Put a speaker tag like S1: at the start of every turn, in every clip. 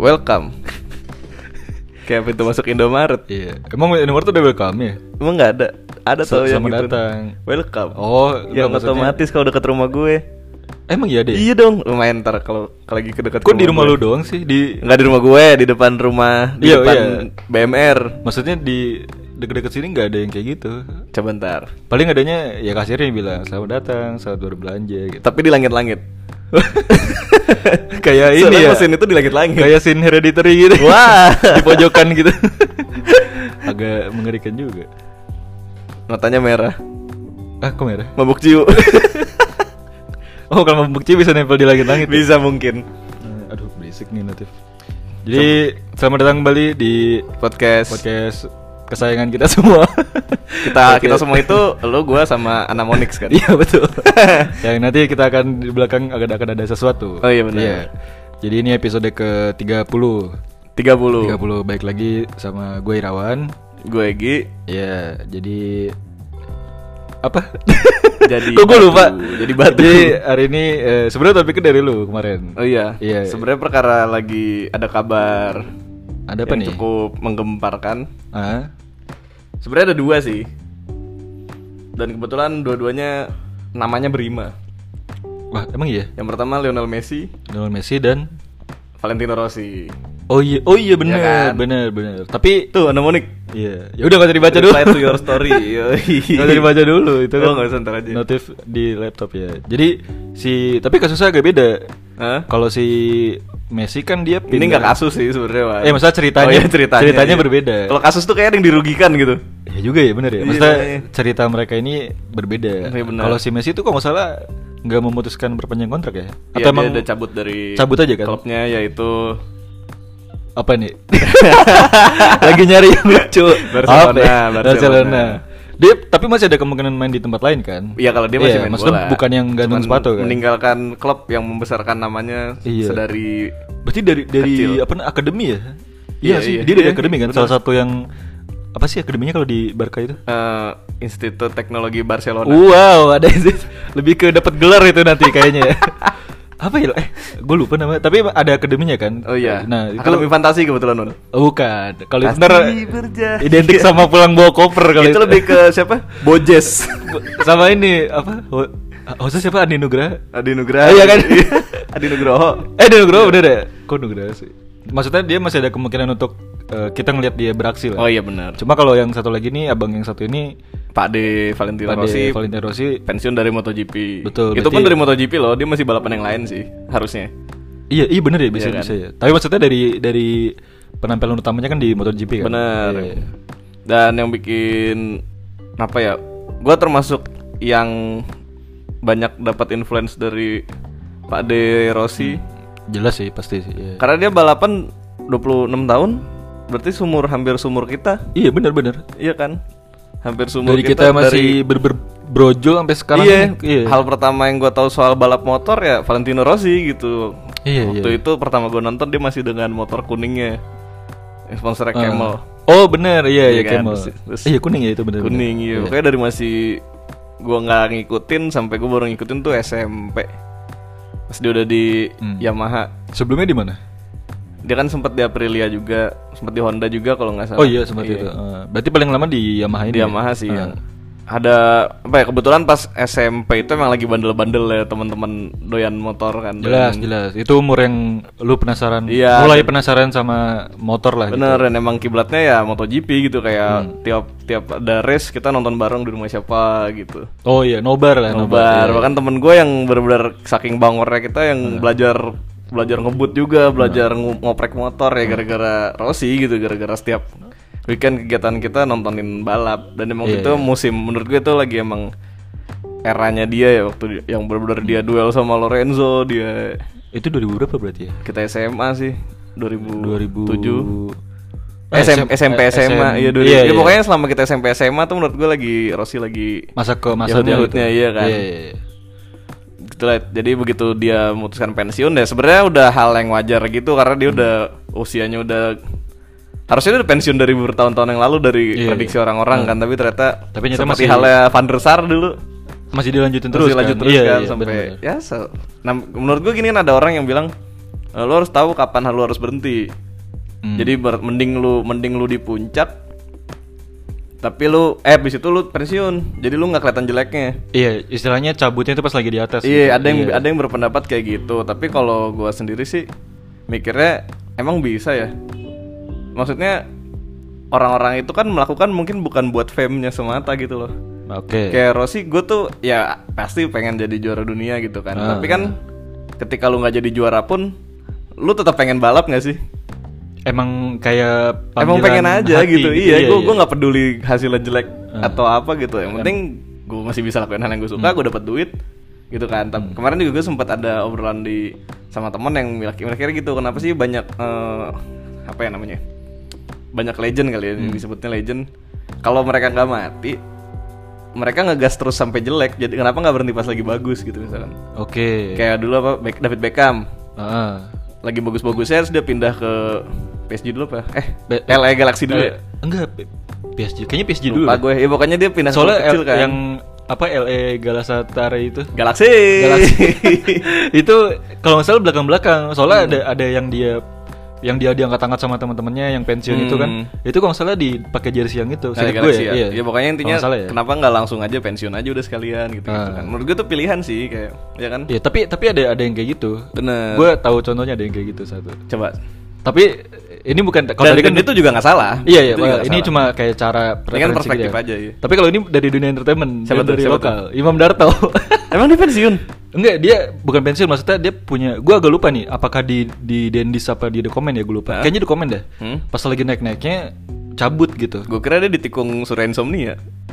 S1: welcome. Kayak pintu masuk Indomaret.
S2: Iya. Emang nomor tuh udah welcome ya?
S1: Emang nggak ada? Ada
S2: Sa-
S1: tau yang
S2: selamat
S1: gitu.
S2: datang.
S1: Welcome.
S2: Oh,
S1: yang
S2: enggak, maksudnya-
S1: otomatis kalau deket rumah gue.
S2: Emang iya deh.
S1: Iya dong, lumayan ntar kalau kalau lagi ke dekat.
S2: Kok di rumah lu doang sih? Di
S1: Enggak di rumah gue, di depan rumah, di
S2: Iya,
S1: depan
S2: iya.
S1: BMR.
S2: maksudnya di deket-deket sini nggak ada yang kayak gitu.
S1: Coba ntar.
S2: Paling adanya ya kasirnya yang bilang selamat datang, selamat berbelanja gitu.
S1: Tapi di langit-langit.
S2: kayak ini
S1: Soalnya
S2: ya.
S1: mesin itu di langit-langit.
S2: Kayak scene hereditary gitu.
S1: Wah.
S2: di pojokan gitu. Agak mengerikan juga.
S1: Notanya merah.
S2: Ah, kok merah?
S1: Mabuk ciu.
S2: Oh, kalau bukti bisa nempel di langit-langit. ya?
S1: Bisa mungkin.
S2: Eh, Aduh, berisik nih notif. Jadi, selamat datang kembali di
S1: Podcast.
S2: podcast kesayangan kita semua.
S1: Kita
S2: Podcast-
S1: kita semua itu lu gua sama Anamonix kan.
S2: Iya, betul. Yang nanti kita akan di belakang akan akan ada sesuatu.
S1: Oh, iya, benar.
S2: Jadi ini episode ke-30.
S1: 30.
S2: 30 baik lagi sama gue Irawan.
S1: Gue Egi.
S2: Ya, jadi apa?
S1: Jadi
S2: Kok gue
S1: batu,
S2: lupa.
S1: jadi batu.
S2: Jadi hari ini eh, sebenarnya topiknya dari lu kemarin.
S1: Oh iya.
S2: Iya.
S1: Sebenarnya perkara lagi ada kabar
S2: Ada apa
S1: yang
S2: nih?
S1: cukup menggemparkan.
S2: Ah,
S1: Sebenarnya ada dua sih. Dan kebetulan dua-duanya namanya berima.
S2: Wah, emang iya?
S1: Yang pertama Lionel Messi,
S2: Lionel Messi dan
S1: Valentino Rossi.
S2: Oh iya, oh iya benar,
S1: Iya kan?
S2: benar, benar. Tapi
S1: Tuh, Anamonik.
S2: iya, ya udah gak usah dibaca dulu.
S1: Reply to your story. Yoi.
S2: Gak usah dibaca dulu itu
S1: iya. Oh,
S2: kan.
S1: nggak usah, ntar aja.
S2: Notif di laptop ya. Jadi si tapi kasusnya agak beda.
S1: Hah?
S2: Kalau si Messi kan dia
S1: Ini
S2: pindah-
S1: nggak kasus sih sebenarnya, Wan.
S2: Eh, maksudnya ceritanya-
S1: Oh, iya, ceritanya,
S2: ceritanya
S1: iya.
S2: berbeda.
S1: Kalau kasus tuh kayak ada yang dirugikan gitu.
S2: Ya juga ya benar ya.
S1: Iya,
S2: Maksudnya
S1: makanya.
S2: cerita mereka ini berbeda.
S1: Iya, benar.
S2: Kalau si Messi itu kok nggak salah nggak memutuskan perpanjang kontrak ya?
S1: Iya, dia udah cabut dari
S2: cabut aja kan?
S1: Klubnya yaitu
S2: apa nih? Lagi nyari yang lucu.
S1: Barcelona,
S2: Apa ya?
S1: Barcelona.
S2: Barcelona. Dia tapi masih ada kemungkinan main di tempat lain kan?
S1: Iya kalau dia masih
S2: Iya,
S1: main
S2: maksudnya
S1: bola.
S2: bukan yang gantung
S1: Cuman
S2: sepatu kan.
S1: Meninggalkan klub yang membesarkan namanya
S2: Iya.
S1: sedari
S2: Berarti dari dari
S1: Kecil.
S2: apa na- akademi ya?
S1: Iya,
S2: Iya, sih,
S1: iya,
S2: dia dari
S1: iya,
S2: akademi kan.
S1: benar.
S2: Salah satu yang apa sih akademinya kalau di Barca itu?
S1: eh, Institut Teknologi Barcelona.
S2: Wow, ada lebih ke dapat gelar itu nanti kayaknya. ya. apa ya? Eh, gue lupa namanya. Tapi ada akademinya kan?
S1: Oh iya.
S2: Nah, itu
S1: Akademi Fantasi kebetulan Nun.
S2: Oh, bukan. Kalau itu
S1: Pasti
S2: ntar
S1: berjaya.
S2: identik sama pulang bawa koper kalau
S1: itu lebih ke siapa? Bojes.
S2: sama ini apa? Ho- Hostnya siapa Andi Nugraha?
S1: Adi Nugraha.
S2: Oh, iya kan?
S1: Adi Nugroho.
S2: Eh Andi Nugraha udah deh. Kok Nugraha sih? Maksudnya dia masih ada kemungkinan untuk eh, kita ngelihat dia beraksi lah.
S1: Oh iya benar.
S2: Cuma kalau yang satu lagi nih abang yang satu ini
S1: Pak De Valentino
S2: Pak
S1: Rossi
S2: De Valentino Rossi
S1: pensiun dari MotoGP.
S2: Betul,
S1: Itu pun
S2: berarti-
S1: dari MotoGP loh, dia masih balapan yang lain sih harusnya.
S2: Iya, iya bener ya bisa
S1: Iya kan?
S2: bisa ya. Tapi maksudnya dari dari penampilan utamanya kan di MotoGP kan.
S1: Bener.
S2: Iya, iya.
S1: Dan yang bikin apa ya? Gua termasuk yang banyak dapat influence dari Pak De Rossi
S2: Hmm. Jelas sih pasti sih. Iya.
S1: karena dia balapan 26 tahun, berarti sumur hampir sumur kita,
S2: Iya bener-bener
S1: iya kan? Hampir sumur
S2: Dari kita,
S1: dari-
S2: masih berbrojol sampai sekarang
S1: iya,
S2: ini, iya.
S1: Hal pertama yang gua tahu soal balap motor ya Valentino Rossi gitu.
S2: Iya,
S1: Waktu
S2: iya.
S1: itu pertama gua nonton dia masih dengan motor kuningnya. Yang Sponsornya
S2: Ah.
S1: Camel.
S2: Oh bener, iya iya,
S1: Iya kan,
S2: Camel.
S1: terus- terus-
S2: Iya kuning ya itu bener.
S1: kuning iya. Pokoknya dari masih gua nggak ngikutin sampai gua baru ngikutin tuh SMP. Pas dia udah di
S2: Hmm.
S1: Yamaha.
S2: Sebelumnya di mana?
S1: Dia kan sempat di Aprilia juga, sempat di Honda juga kalau nggak salah.
S2: Oh iya seperti itu. Eh, berarti paling lama di Yamaha ini.
S1: Di
S2: ya?
S1: Yamaha sih iya.
S2: Eh,
S1: yang ada apa ya kebetulan pas SMP itu emang lagi bandel-bandel ya teman-teman doyan motor kan.
S2: Jelas
S1: doyan-
S2: jelas. Itu umur yang lu penasaran.
S1: Iya.
S2: Mulai penasaran sama motor lah. gitu.
S1: Bener, dan emang kiblatnya ya MotoGP gitu kayak
S2: Hmm.
S1: tiap tiap ada race kita nonton bareng di rumah siapa gitu.
S2: Oh iya nobar lah
S1: Nobar,
S2: iya.
S1: bahkan temen gue yang bener-bener saking bangornya kita yang belajar belajar ngebut
S2: Iya.
S1: juga, belajar ngu- ngoprek motor ya gara-gara Rossi gitu, gara-gara setiap weekend kegiatan kita nontonin balap dan emang
S2: Iya,
S1: itu musim menurut gue itu lagi emang eranya dia ya waktu di- yang bener-bener dia duel sama Lorenzo dia
S2: Iya. Itu 2000 berapa berarti ya?
S1: kita SMA sih 2007
S2: 2000 Eh,
S1: SM,
S2: SM-
S1: SMP SMA
S2: SM.
S1: iya dulu.
S2: Iya,
S1: Ya,
S2: iya.
S1: pokoknya selama kita SMP SMA tuh menurut gue lagi Rossi lagi
S2: masa ke masa
S1: Yahut- Yahutnya, iya kan.
S2: Iya, iya, iya.
S1: gitu lah. Jadi begitu dia memutuskan pensiun ya sebenarnya udah hal yang wajar gitu karena dia udah usianya udah harusnya dia udah pensiun dari bertahun-tahun yang lalu dari
S2: Iya,
S1: prediksi orang-orang kan tapi ternyata
S2: Tapi ternyata
S1: seperti
S2: masih-
S1: halnya Van der Sar dulu
S2: Masih dilanjutin
S1: terus
S2: terus.
S1: lanjut
S2: kan?
S1: terus
S2: Iya,
S1: kan
S2: iya,
S1: sampai
S2: benar-benar.
S1: ya se- nah, menurut gue gini kan ada orang yang bilang Eh, Lu harus tahu kapan lu harus berhenti.
S2: Hmm.
S1: Jadi ber- mending lu mending lu di puncak tapi lu eh habis itu lu pensiun. Jadi lu nggak kelihatan jeleknya.
S2: Iya, istilahnya cabutnya itu pas lagi di atas. gitu.
S1: Iya, ada yang ada yang berpendapat kayak gitu. Tapi kalau gua sendiri sih mikirnya emang bisa ya. Maksudnya orang-orang itu kan melakukan mungkin bukan buat fame-nya semata gitu loh.
S2: Oke.
S1: Kayak Rossi gue tuh ya pasti pengen jadi juara dunia gitu kan.
S2: Ah.
S1: Tapi kan ketika lu nggak jadi juara pun lu tetap pengen balap nggak sih?
S2: Emang kayak
S1: Emang
S2: panggilan
S1: pengen aja
S2: hati
S1: gitu. Iya, gue
S2: iya. Hmm.
S1: gue nggak peduli hasilnya jelek atau apa gitu. Yang penting gue masih bisa lakuin hal yang gue suka, gue dapat duit gitu kan. Tapi
S2: Hmm.
S1: kemarin juga gue sempat ada obrolan di sama temen yang bilang kira-kira gitu. Kenapa sih banyak eh, apa ya namanya? Banyak legend kali ya
S2: Hmm.
S1: yang disebutnya legend. Kalau mereka nggak mati, mereka ngegas terus sampai jelek. Jadi kenapa nggak berhenti pas lagi bagus gitu misalkan?
S2: Oke.
S1: Kayak dulu apa Beck- David Beckham
S2: Heeh.
S1: lagi bagus-bagusnya terus dia pindah ke PSG dulu apa? Eh,
S2: Be-
S1: LA Galaxy dulu ya?
S2: Enggak, P- PSG. Kayaknya PSG dulu.
S1: Lupa
S2: deh.
S1: gue. Ya pokoknya dia pindah
S2: Gitu Soalnya
S1: ke kecil
S2: L-
S1: kan.
S2: yang apa LE Galatasaray itu.
S1: Galaxy.
S2: Galaxy. itu kalau nggak salah belakang-belakang.
S1: Hmm.
S2: Soalnya ada ada yang dia yang dia diangkat-angkat sama teman-temannya yang pensiun itu kan. Itu kalau nggak salah dipakai jersey yang itu.
S1: Nah,
S2: Seingat
S1: Galaxy ya.
S2: Iya.
S1: Hmm. Ya, pokoknya
S2: Kalau
S1: intinya
S2: nggak salah ya.
S1: kenapa nggak langsung aja pensiun aja udah sekalian gitu, kan.
S2: Ah.
S1: Menurut gue tuh pilihan sih kayak ya kan.
S2: Iya, tapi tapi ada ada yang kayak gitu.
S1: Bener.
S2: Gue tahu contohnya ada yang kayak gitu satu.
S1: Coba.
S2: Tapi ini bukan kalau
S1: Dan
S2: tadi kan
S1: itu juga nggak salah.
S2: Iya iya,
S1: Itu juga
S2: wah,
S1: nggak
S2: ini
S1: salah. kan
S2: cuma kayak cara preferensi
S1: perspektif
S2: gitu
S1: aja, iya.
S2: Tapi kalau ini dari dunia entertainment,
S1: Siapa
S2: dan
S1: tuh,
S2: dari
S1: siapa
S2: lokal, Imam Darto.
S1: Emang dia pensiun?
S2: Enggak, dia bukan pensiun maksudnya dia punya gua agak lupa nih apakah di di Dendis apa di dokumen ya gua lupa.
S1: Hah?
S2: Kayaknya dokumen dah.
S1: Hmm?
S2: Pas lagi naik-naiknya cabut gitu.
S1: Gue kira dia ditikung Surya Insomnia.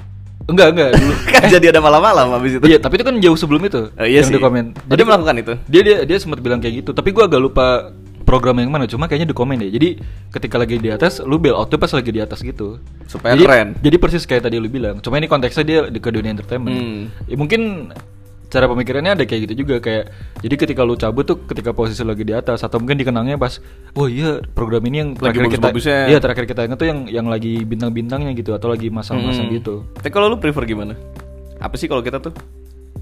S2: Enggak, enggak dulu.
S1: kan jadi ada malam-malam habis itu.
S2: iya, tapi itu kan jauh sebelum itu.
S1: Eh, iya
S2: yang
S1: sih.
S2: dokumen.
S1: Oh, dia melakukan itu?
S2: Dia dia dia sempat bilang kayak gitu, tapi gua agak lupa program yang mana cuma kayaknya dokumen ya. Jadi ketika lagi di atas lu bail out tuh pas lagi di atas gitu.
S1: Supaya
S2: jadi,
S1: keren.
S2: Jadi persis kayak tadi lu bilang. Cuma ini konteksnya dia di ke dunia entertainment.
S1: Hmm.
S2: Ya, mungkin cara pemikirannya ada kayak gitu juga kayak jadi ketika lu cabut tuh ketika posisi lagi di atas atau mungkin dikenangnya pas oh iya program ini yang
S1: Lagi
S2: terakhir kita
S1: bagus-bagusnya.
S2: iya terakhir kita ingat tuh yang yang lagi bintang-bintangnya gitu atau lagi masa-masa
S1: Hmm.
S2: gitu
S1: Tapi kalau lu prefer gimana? Apa sih kalau kita tuh?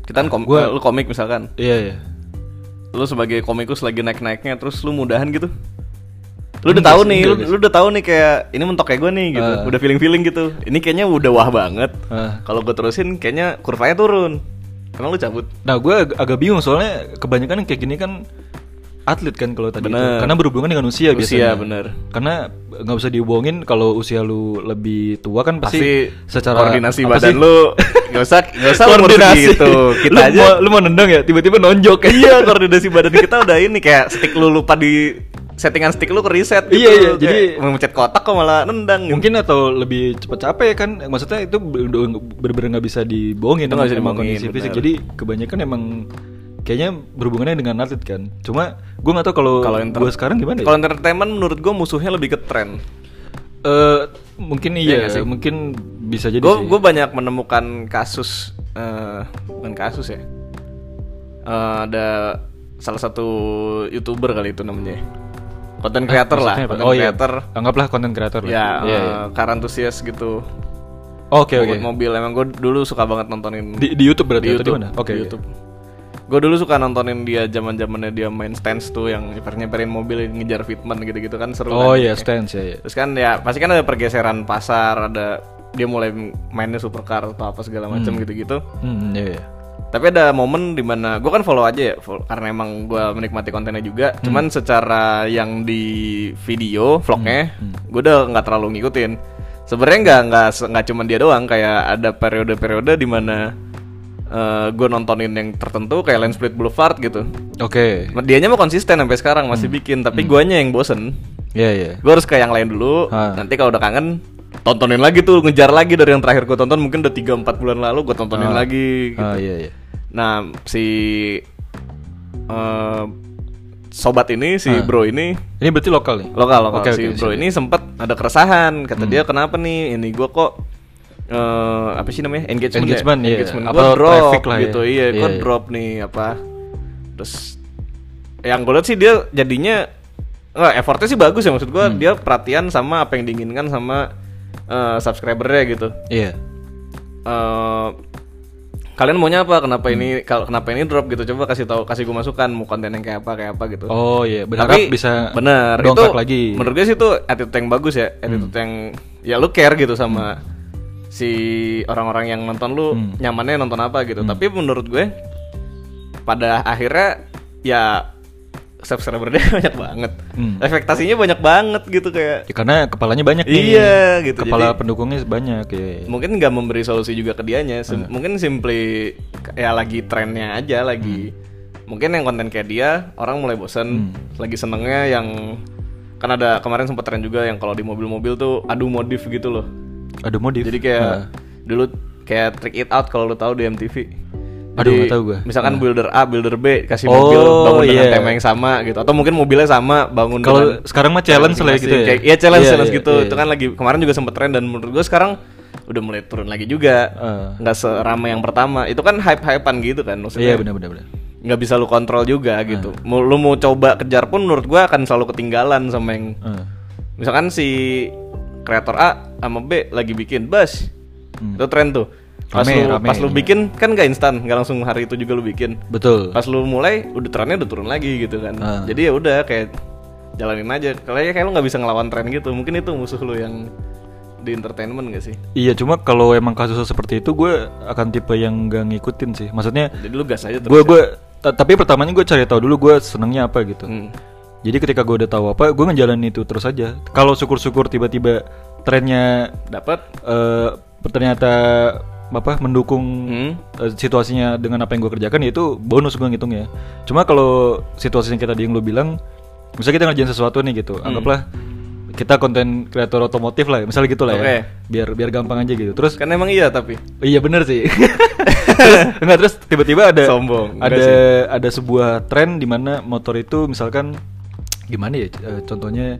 S1: Kita kan kom-
S2: Ah,
S1: lu
S2: Gua-
S1: komik misalkan.
S2: iya iya
S1: lu sebagai komikus lagi naik-naiknya terus lu mudahan gitu lu udah
S2: Enggak
S1: tahu
S2: sih,
S1: nih lu,
S2: enggak
S1: lu udah tahu nih kayak ini mentok kayak gue nih gitu
S2: Ah.
S1: udah feeling feeling gitu ini kayaknya udah wah banget
S2: Ah.
S1: kalau gue terusin kayaknya kurvanya turun emang lu cabut
S2: Nah, gue ag- agak bingung soalnya kebanyakan yang kayak gini kan atlet kan kalau tadi itu.
S1: Bener.
S2: karena berhubungan dengan usia,
S1: Usia,
S2: biasanya.
S1: bener.
S2: Karena nggak usah dibohongin kalau usia lu lebih tua kan pasti, secara
S1: koordinasi
S2: apa
S1: badan
S2: sih?
S1: lu gak usah gak usah umur segitu. kita
S2: lu
S1: aja
S2: mau, lu mau nendang ya tiba-tiba nonjok ya.
S1: iya koordinasi badan kita udah ini kayak stick lu lupa di settingan stick lu ke reset gitu
S2: Iya, iya,
S1: Kayak
S2: jadi-
S1: memencet kotak kok malah nendang gitu.
S2: Mungkin atau lebih cepat capek kan Maksudnya itu udah bener-bener nggak bisa dibohongin
S1: Itu nggak bisa
S2: emang
S1: dibohongin,
S2: kondisi fisik
S1: bener.
S2: Jadi kebanyakan emang Kayaknya berhubungannya dengan atlet kan Cuma gue nggak tahu kalau
S1: Kalau enter-
S2: gue sekarang gimana ya
S1: kalau entertainment menurut gue musuhnya lebih ke tren
S2: Eh mungkin iya,
S1: nggak sih?
S2: mungkin bisa jadi iya.
S1: gue
S2: sih.
S1: gue banyak menemukan kasus eh bukan kasus ya Eh, ada salah satu youtuber kali itu namanya konten creator lah
S2: Maksudnya apa?
S1: konten
S2: Oh iya,
S1: creator
S2: anggaplah konten creator lah.
S1: ya
S2: Iya, iya.
S1: eh, car enthusiast gitu
S2: Oke, oke.
S1: Buat mobil emang gue dulu suka banget nontonin
S2: Di, di YouTube berarti
S1: di
S2: atau di
S1: YouTube
S2: mana?
S1: di YouTube gue dulu suka nontonin dia zaman zamannya dia main stance tuh yang nyeper nyeperin mobil ngejar fitment gitu gitu kan seru
S2: Oh
S1: kan?
S2: iya, stance ya. iya.
S1: Terus kan ya pasti kan ada pergeseran pasar, ada dia mulai mainnya supercar atau apa segala macam gitu-gitu.
S2: Hmm, iya, iya.
S1: Tapi ada momen dimana gue kan follow aja ya, follow- karena emang gue menikmati kontennya juga. Cuman secara yang di video vlognya, gue udah nggak terlalu ngikutin. Sebenarnya nggak nggak se- nggak cuman dia doang, kayak ada periode-periode dimana eh gue nontonin yang tertentu kayak Lens Split Boulevard gitu.
S2: Oke.
S1: Dianya mau konsisten sampai sekarang masih bikin, tapi guanya yang bosen
S2: Iya, iya.
S1: gue harus ke yang lain dulu
S2: Ha.
S1: nanti kalau udah kangen tontonin lagi tuh ngejar lagi dari yang terakhir gue tonton mungkin udah 3-4 bulan lalu gue tontonin lagi gitu.
S2: Ah, iya, iya.
S1: nah si eh, sobat ini si bro ini
S2: Ini berarti lokal nih.
S1: lokal lokal
S2: Oke,
S1: si
S2: oke, Hmm.
S1: bro
S2: sip.
S1: ini sempet ada keresahan kata dia kenapa nih ini gue kok eh, apa sih namanya engagement
S2: Engagement,
S1: ya?
S2: iya.
S1: engagement
S2: Apa
S1: gue drop
S2: traffic lah ya.
S1: gitu iya gue
S2: Iya, iya.
S1: drop nih apa terus yang gue lihat sih dia jadinya nggak effortnya sih bagus ya maksud gue
S2: Hmm.
S1: dia perhatian sama apa yang diinginkan sama eh, subscribernya gitu
S2: Iya.
S1: eh kalian maunya apa kenapa
S2: Hmm.
S1: ini kalau kenapa ini drop gitu coba kasih tahu kasih gue masukan mau konten yang kayak apa kayak apa gitu
S2: Oh iya, berharap
S1: Tapi,
S2: bisa
S1: bener itu
S2: dongkrak lagi. Hmm.
S1: menurut gue sih itu attitude yang bagus ya attitude yang ya lu care gitu sama si orang-orang yang nonton lu
S2: Hmm.
S1: nyamannya nonton apa gitu tapi menurut gue pada akhirnya ya subscriber dia banyak banget
S2: Hmm.
S1: ekspektasinya banyak banget gitu kayak
S2: Ya, karena kepalanya banyak nih.
S1: Iya, gitu.
S2: Kepala
S1: Jadi-
S2: pendukungnya banyak ya.
S1: mungkin nggak memberi solusi juga ke dianya Sim- mungkin simply ya lagi trennya aja lagi mungkin yang konten kayak dia orang mulai bosen lagi senengnya yang kan ada kemarin sempat tren juga yang kalau di mobil-mobil tuh adu modif gitu loh
S2: Aduh modif. Ah,
S1: jadi kayak dulu kayak trick it out kalau lu tahu di MTV
S2: Aduh,
S1: Jadi,
S2: nggak tahu gua. Nah.
S1: Misalkan builder A, builder B kasih
S2: Oh,
S1: mobil bangun dengan
S2: iya.
S1: tema yang sama gitu atau mungkin mobilnya sama bangun
S2: Kalau
S1: dengan-
S2: sekarang mah challenge lah ya gitu ya.
S1: Kayak, iya challenge
S2: Iya,
S1: challenge
S2: iya,
S1: gitu.
S2: iya.
S1: Itu kan lagi kemarin juga sempet tren dan menurut gue sekarang udah mulai turun lagi juga.
S2: Eh.
S1: Nggak serama yang pertama. Itu kan hype-hypean gitu kan maksudnya.
S2: Iya Ah. benar benar benar.
S1: Nggak bisa lu kontrol juga gitu. Mau Lu mau coba kejar pun menurut gue akan selalu ketinggalan sama yang
S2: Eh.
S1: misalkan si kreator A sama B lagi bikin bus.
S2: Hmm.
S1: Itu tren tuh. Pas
S2: Rame,
S1: lu
S2: rame,
S1: pas lu
S2: iya.
S1: bikin kan nggak instan, nggak langsung hari itu juga lu bikin
S2: Betul.
S1: pas lu mulai udah trennya udah turun lagi gitu kan
S2: Ah.
S1: jadi ya udah kayak jalanin aja kalau ya kayak lu nggak bisa ngelawan tren gitu mungkin itu musuh lu yang di entertainment gak sih
S2: Iya cuma kalau emang kasusnya seperti itu gue akan tipe yang gak ngikutin sih. Maksudnya
S1: jadi lu gas aja terus ya?
S2: gue gue tapi pertamanya gue cari tahu dulu gue senengnya apa gitu.
S1: Hmm.
S2: Jadi ketika gue udah tahu apa, gue ngejalanin itu terus aja. Kalau syukur-syukur tiba-tiba trennya
S1: dapat
S2: eh, ternyata apa mendukung
S1: Hmm.
S2: eh, situasinya dengan apa yang gue kerjakan ya itu bonus gue ngitung ya. Cuma kalau situasinya kita di yang lu bilang, misalnya kita ngerjain sesuatu nih gitu,
S1: Hmm.
S2: anggaplah kita konten kreator otomotif lah, ya, misalnya gitu lah
S1: Oke.
S2: ya. Biar biar gampang aja gitu. Terus
S1: kan emang iya tapi
S2: Iya bener sih. terus, enggak terus tiba-tiba ada
S1: Sombong, enggak
S2: ada
S1: sih.
S2: ada sebuah tren di mana motor itu misalkan gimana ya eh, contohnya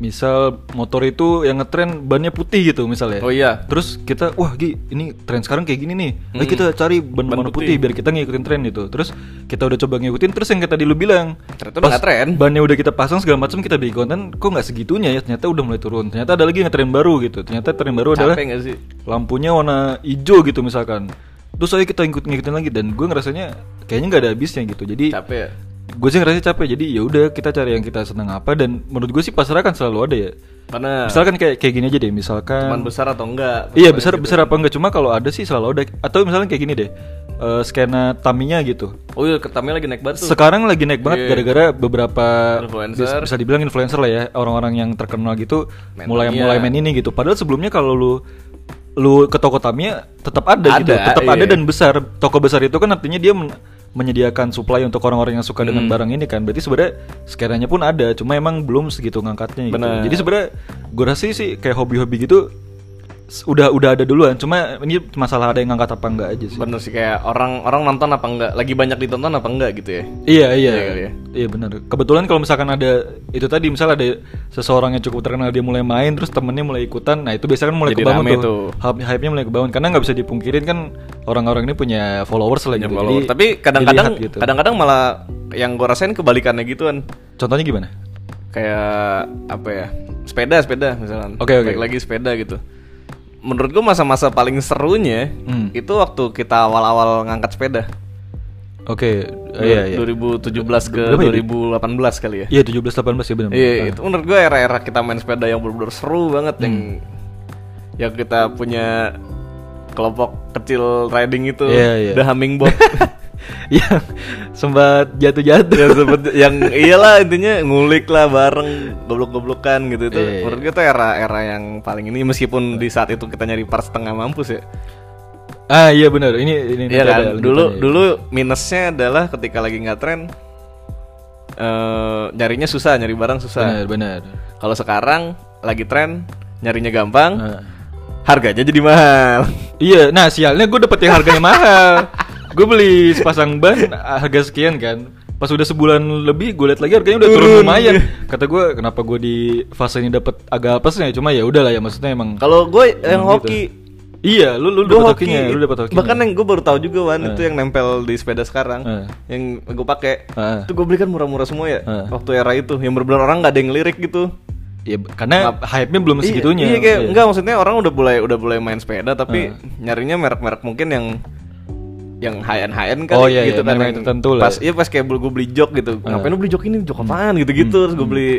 S2: misal motor itu yang ngetren bannya putih gitu misalnya.
S1: oh iya
S2: Terus kita wah Gi ini tren sekarang kayak gini nih. Ayo kita cari ban
S1: Ban
S2: warna putih. biar kita ngikutin tren itu. Terus kita udah coba ngikutin terus yang tadi lu bilang
S1: Ternyata udah nggak tren.
S2: bannya udah kita pasang segala macam kita bikin konten kok nggak segitunya ya ternyata udah mulai turun. Ternyata ada lagi ngetren baru gitu. Ternyata tren baru adalah
S1: capek gak sih
S2: lampunya warna hijau gitu misalkan terus ayo kita ikut ngikutin lagi dan gue ngerasanya kayaknya nggak ada habisnya gitu jadi
S1: capek ya
S2: gue sih ngerasa capek jadi ya udah kita cari yang kita seneng apa dan menurut gue sih pasar akan selalu ada ya
S1: karena
S2: misalkan kayak kayak gini aja deh misalkan
S1: teman besar atau enggak
S2: iya besar besar apa enggak cuma kalau ada sih selalu ada atau misalnya kayak gini deh eh, skena taminya gitu
S1: oh iya ketamnya lagi naik batu
S2: sekarang lagi naik banget gara-gara beberapa
S1: Influencer.
S2: bis- bisa dibilang influencer lah ya orang-orang yang terkenal gitu
S1: Main iya.
S2: mulai
S1: Tamiya.
S2: mulai main ini gitu padahal sebelumnya kalau lu lu ke toko Tamiya tetap ada, gitu
S1: Ada,
S2: tetap ada
S1: iya.
S2: dan besar toko besar itu kan artinya dia men- menyediakan supply untuk orang-orang yang suka dengan
S1: Hmm.
S2: barang ini kan berarti sebenarnya skenanya pun ada cuma emang belum segitu ngangkatnya gitu
S1: Benar.
S2: jadi sebenarnya gue rasa sih kayak hobi-hobi gitu s- udah udah ada duluan cuma ini masalah ada yang ngangkat apa enggak aja sih
S1: bener sih kayak orang orang nonton apa enggak lagi banyak ditonton apa enggak gitu ya
S2: Iya iya
S1: Iya
S2: iya,
S1: kali ya.
S2: benar. Kebetulan kalau misalkan ada itu tadi misal ada seseorang yang cukup terkenal dia mulai main terus temennya mulai ikutan, nah itu biasanya kan mulai
S1: Jadi
S2: kebangun
S1: rame
S2: tuh.
S1: tuh.
S2: Hype- Hype-nya mulai kebangun karena nggak bisa dipungkirin kan orang-orang ini punya followers lah
S1: Yang
S2: gitu.
S1: follower.
S2: Jadi
S1: tapi kadang-kadang
S2: dilihat gitu.
S1: kadang-kadang malah yang gue rasain kebalikannya gituan
S2: Contohnya gimana?
S1: kayak apa ya sepeda sepeda misalkan
S2: Oke, oke.
S1: Balik lagi sepeda gitu menurut gua masa-masa paling serunya
S2: Hmm.
S1: itu waktu kita awal-awal ngangkat sepeda
S2: Oke, eh, iya iya.
S1: 2017 ke
S2: Berapa ya,
S1: 2018 kali ya
S2: Iya 17 18 ya benar.
S1: iya itu menurut gua era-era kita main sepeda yang benar-benar seru banget yang
S2: Hmm.
S1: yang kita punya kelompok kecil riding itu
S2: Iya, iya.
S1: the hummingbird
S2: yang Iya. sempat jatuh-jatuh.
S1: yang sempet- Ya, yang iyalah intinya ngulik lah bareng goblok-goblokan gitu itu
S2: Iya, iya.
S1: menurut gue tuh era-era yang paling ini meskipun di saat itu kita nyari par setengah mampus ya
S2: Ah iya benar. Ini ini
S1: iya
S2: nanti
S1: kan
S2: ada
S1: dulu
S2: lanjutannya.
S1: dulu minusnya adalah ketika lagi nggak tren eh nyarinya susah nyari barang susah
S2: benar benar.
S1: kalau sekarang lagi tren nyarinya gampang
S2: Ah.
S1: harganya jadi mahal
S2: Iya, nah sialnya gue dapet yang harganya mahal. Gue beli sepasang ban ah, harga sekian kan. Pas udah sebulan lebih gue lihat lagi harganya udah turun,
S1: Turun.
S2: lumayan. Kata gue kenapa gue di fase ini dapet agak apesnya cuma ya udahlah ya maksudnya emang.
S1: kalau gue yang
S2: Emang gitu.
S1: hoki
S2: Iya, lu lu
S1: Gua
S2: dapet
S1: hoki.
S2: hokinya, lu dapet hokinya.
S1: Bahkan yang gue baru tahu juga Wan itu yang nempel di sepeda sekarang,
S2: Eh.
S1: yang gue pakai.
S2: Eh.
S1: Itu gue beli kan murah-murah semua ya.
S2: Eh.
S1: Waktu era itu, yang benar-benar orang nggak ada yang lirik gitu.
S2: ya karena hype-nya belum segitunya. Iya. Ah.
S1: Iya, iya kayak enggak maksudnya orang udah mulai udah mulai main sepeda tapi nyarinya merek-merek mungkin yang yang high end high end kan
S2: Oh, iya,
S1: gitu
S2: iya,
S1: kan
S2: memang
S1: yang
S2: itu tentu lah. Ah.
S1: pas iya pas kayak gue beli jok gitu ngapain lu beli jok ini jok apaan gitu gitu
S2: Hmm,
S1: terus gue beli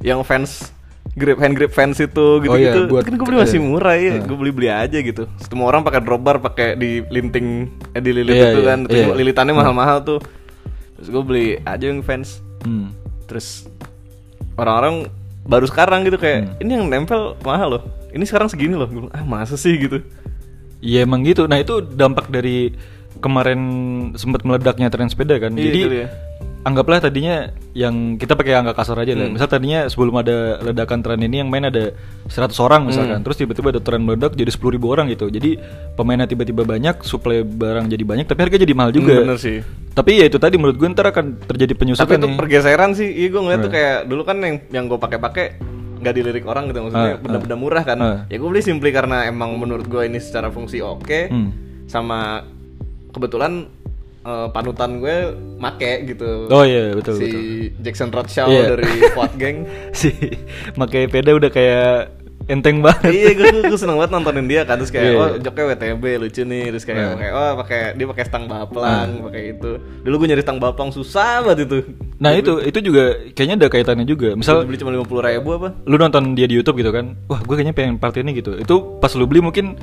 S1: yang fans grip hand grip fans itu gitu gitu
S2: iya, buat-
S1: kan gue beli masih
S2: iya.
S1: murah ya gue beli beli aja gitu semua orang pakai drop bar pakai dilinting eh, dililit
S2: Iya,
S1: itu
S2: iya,
S1: kan Terus
S2: iya.
S1: gua- lilitannya mahal mahal tuh terus gue beli aja yang fans
S2: Hmm.
S1: terus orang-orang baru sekarang gitu kayak
S2: Hmm.
S1: ini yang nempel mahal loh ini sekarang segini loh gue ah masa sih gitu
S2: Iya emang gitu. Nah itu dampak dari kemarin sempat meledaknya tren sepeda kan.
S1: Iya,
S2: Jadi
S1: itu dia.
S2: anggaplah tadinya yang kita pakai angka kasar aja lah. Misal tadinya sebelum ada ledakan tren ini yang main ada 100 orang misalkan. Terus tiba-tiba ada tren meledak jadi 10.000 orang gitu. Jadi pemainnya tiba-tiba banyak, suplai barang jadi banyak, tapi harga jadi mahal juga.
S1: Hmm, bener sih
S2: Tapi ya itu tadi menurut gue ntar akan terjadi penyusutan
S1: tapi itu
S2: nih.
S1: pergeseran sih iya gue ngeliat tuh kayak dulu kan yang yang gue pakai-pakai nggak dilirik orang gitu maksudnya
S2: Ah,
S1: benda-benda murah kan
S2: Ah.
S1: ya gue beli simply karena emang menurut gue ini secara fungsi oke
S2: Hmm.
S1: sama kebetulan eh, panutan gue make gitu
S2: Oh iya betul
S1: si
S2: betul.
S1: Jackson Rothschild
S2: Iya.
S1: dari Quad Gang
S2: Si pakai peda udah kayak enteng banget.
S1: iya gue gue seneng banget nontonin dia kan terus kayak
S2: Iya,
S1: oh
S2: iya.
S1: joknya WTB lucu nih terus kayak
S2: Nah.
S1: pakai oh pakai dia pakai stang baplang
S2: Iya.
S1: pakai itu dulu gue nyari stang baplang susah banget itu
S2: Nah itu itu juga kayaknya ada kaitannya juga.
S1: misal
S2: Misal
S1: beli cuma lima puluh ribu apa
S2: lu nonton dia di YouTube gitu kan, wah gue kayaknya pengen part ini gitu. Itu pas lu beli mungkin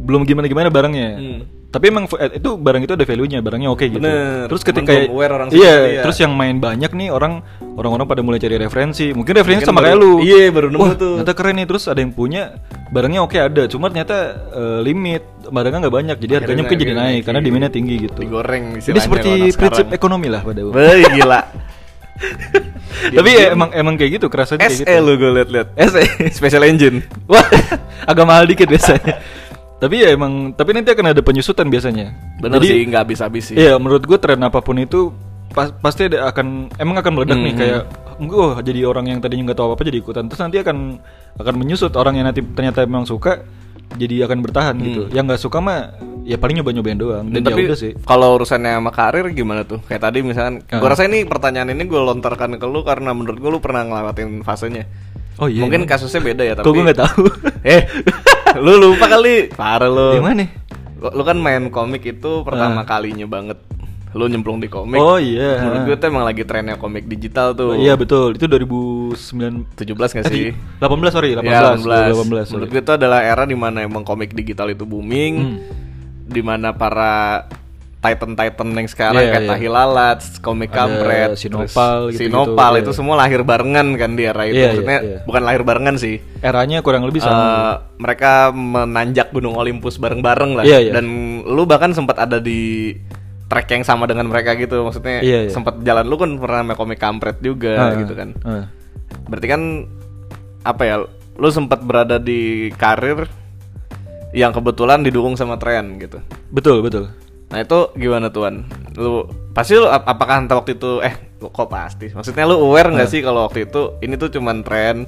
S2: belum gimana gimana barangnya.
S1: Hmm.
S2: Tapi emang eh, itu barang itu ada value-nya, barangnya oke gitu.
S1: Bener.
S2: Terus
S1: Emang
S2: ketika
S1: belum aware orang
S2: iya,
S1: seperti ya.
S2: terus yang main banyak nih orang orang-orang pada mulai cari referensi. Mungkin referensi
S1: Mungkin
S2: sama
S1: baru-
S2: kayak lu.
S1: iya, baru nemu
S2: Wah,
S1: tuh.
S2: Ternyata keren nih terus ada yang punya barangnya oke ada, cuma ternyata eh, limit barangnya nggak banyak jadi harganya
S1: Akhirnya
S2: mungkin jadi
S1: akhirnya
S2: naik
S1: naik,
S2: karena
S1: iya.
S2: demandnya tinggi gitu.
S1: digoreng
S2: Jadi seperti prinsip ekonomi lah pada.
S1: Wih gila
S2: Tapi ya, emang emang kayak gitu kerasanya kayak gitu. E.
S1: SE E lu gue liat-liat
S2: SE.
S1: Special Engine
S2: Wah, agak mahal dikit biasanya. tapi ya emang, tapi nanti akan ada penyusutan biasanya.
S1: Bener
S2: Jadi,
S1: sih nggak habis-habis sih
S2: Iya, menurut gue tren apapun itu pas- pasti ada akan emang akan meledak
S1: Mm-hmm.
S2: nih kayak gue jadi orang yang tadinya nggak tahu apa apa jadi ikutan terus nanti akan akan menyusut orang yang nanti ternyata memang suka jadi akan bertahan gitu yang nggak suka mah ya paling nyoba nyobain doang dan ya
S1: Mm-hmm. tapi
S2: udah sih Ah.
S1: kalau urusannya sama karir gimana tuh? Kayak tadi misalkan, gua rasa ini pertanyaan ini gue lontarkan ke lu karena menurut gue lu pernah ngelewatin fasenya.
S2: oh iya
S1: Mungkin kasusnya beda ya, tapi
S2: kok gue nggak tahu
S1: Eh, lu lupa kali. Parah lu.
S2: Yang mana? Ah.
S1: Lu lu kan main komik itu pertama kalinya banget. Lu nyemplung di komik.
S2: Oh, iya.
S1: Menurut gue tuh emang lagi trennya komik digital tuh.
S2: iya betul itu 2009
S1: 17 gak sih?
S2: eh, 18 sorry 18
S1: Ya, 18.
S2: 2018, sorry. Hmm.
S1: Menurut gue itu adalah era dimana emang komik digital itu booming, dimana para titan-titan yang sekarang
S2: Iya,
S1: kayak
S2: iya.
S1: Tahilalat, komik
S2: Ada
S1: kampret,
S2: Sinopal
S1: terus
S2: gitu-gitu,
S1: Sinopal
S2: iya.
S1: itu semua lahir barengan kan di era itu.
S2: Iya, iya,
S1: Maksudnya
S2: iya.
S1: bukan lahir barengan sih.
S2: eranya kurang lebih sama
S1: Eh, mereka menanjak Gunung Olympus bareng-bareng lah.
S2: Iya, iya.
S1: Dan lu bahkan sempat ada di track yang sama dengan mereka gitu. Maksudnya
S2: Iya, iya.
S1: sempat jalan lu kan pernah sama komik kampret juga
S2: Ah,
S1: gitu kan.
S2: ah.
S1: Berarti kan apa ya? Lu sempat berada di karir yang kebetulan didukung sama tren gitu.
S2: Betul, betul.
S1: Nah itu gimana tuan? Lu pasti lu ap- apakah entah waktu itu eh lu kok pasti? Maksudnya lu aware
S2: Ah.
S1: nggak sih kalau waktu itu ini tuh cuman tren?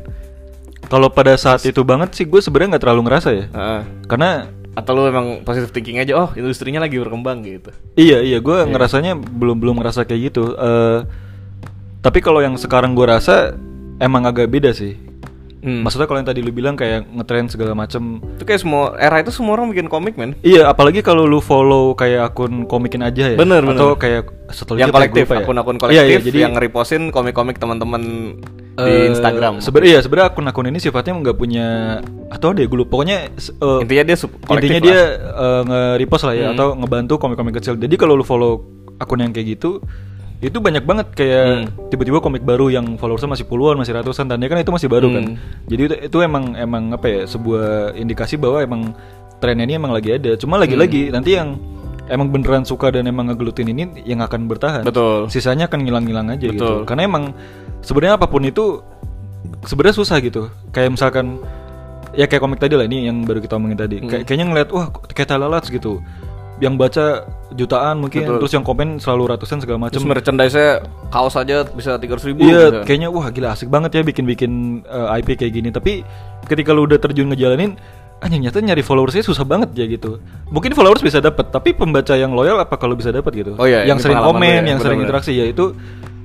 S2: Kalau pada saat itu banget sih gue sebenarnya nggak terlalu ngerasa ya.
S1: Heeh.
S2: Karena
S1: atau lu emang positive thinking aja oh industrinya lagi berkembang gitu
S2: iya iya gue ngerasanya belum belum ngerasa kayak gitu. Eh tapi kalau yang sekarang gue rasa emang agak beda sih.
S1: Hmm.
S2: Maksudnya kalau yang tadi lu bilang kayak ngetrend segala macem
S1: itu kayak semua era itu semua orang bikin komik men
S2: Iya, apalagi kalau lu follow kayak akun komikin aja ya.
S1: Bener, bener.
S2: Atau kayak setelah
S1: yang kolektif akun-akun kolektif
S2: Iya, iya, jadi
S1: yang ngereposin komik-komik teman-teman di
S2: eh,
S1: Instagram
S2: Sebenarnya iya, sebenarnya akun-akun ini sifatnya nggak punya atau ada ya gue lupa. Pokoknya s- eh,
S1: intinya dia sub- kolektif lah. Hmm.
S2: intinya dia eh, nge-repost lah ya atau ngebantu komik-komik kecil. Jadi kalau lu follow akun yang kayak gitu itu banyak banget kayak
S1: Hmm.
S2: tiba-tiba komik baru yang followersnya masih puluhan masih ratusan tandanya kan itu masih baru kan
S1: Hmm.
S2: jadi itu, itu emang emang apa ya sebuah indikasi bahwa emang trennya ini emang lagi ada cuma lagi-lagi
S1: Hmm.
S2: nanti yang emang beneran suka dan emang ngegelutin ini yang akan bertahan
S1: Betul.
S2: sisanya akan ngilang-ngilang aja gitu
S1: Betul.
S2: karena emang sebenarnya apapun itu sebenarnya susah gitu kayak misalkan ya kayak komik tadi lah ini yang baru kita omongin tadi
S1: Hmm.
S2: Kay- kayaknya ngeliat wah kok kayak talalat gitu yang baca jutaan mungkin terus yang komen selalu ratusan segala macam
S1: terus merchandise-nya kaos aja bisa 300 ribu gitu.
S2: Iya, kayaknya wah gila asik banget ya bikin-bikin eh, IP kayak gini. Tapi ketika lu udah terjun ngejalanin, anjing nyata nyari followersnya susah banget ya gitu. Mungkin followers bisa dapat, tapi pembaca yang loyal apa kalau bisa dapat gitu?
S1: Oh iya,
S2: yang
S1: ini
S2: sering
S1: pengalaman gue ya,
S2: komen, yang sering
S1: bener-bener.
S2: interaksi ya itu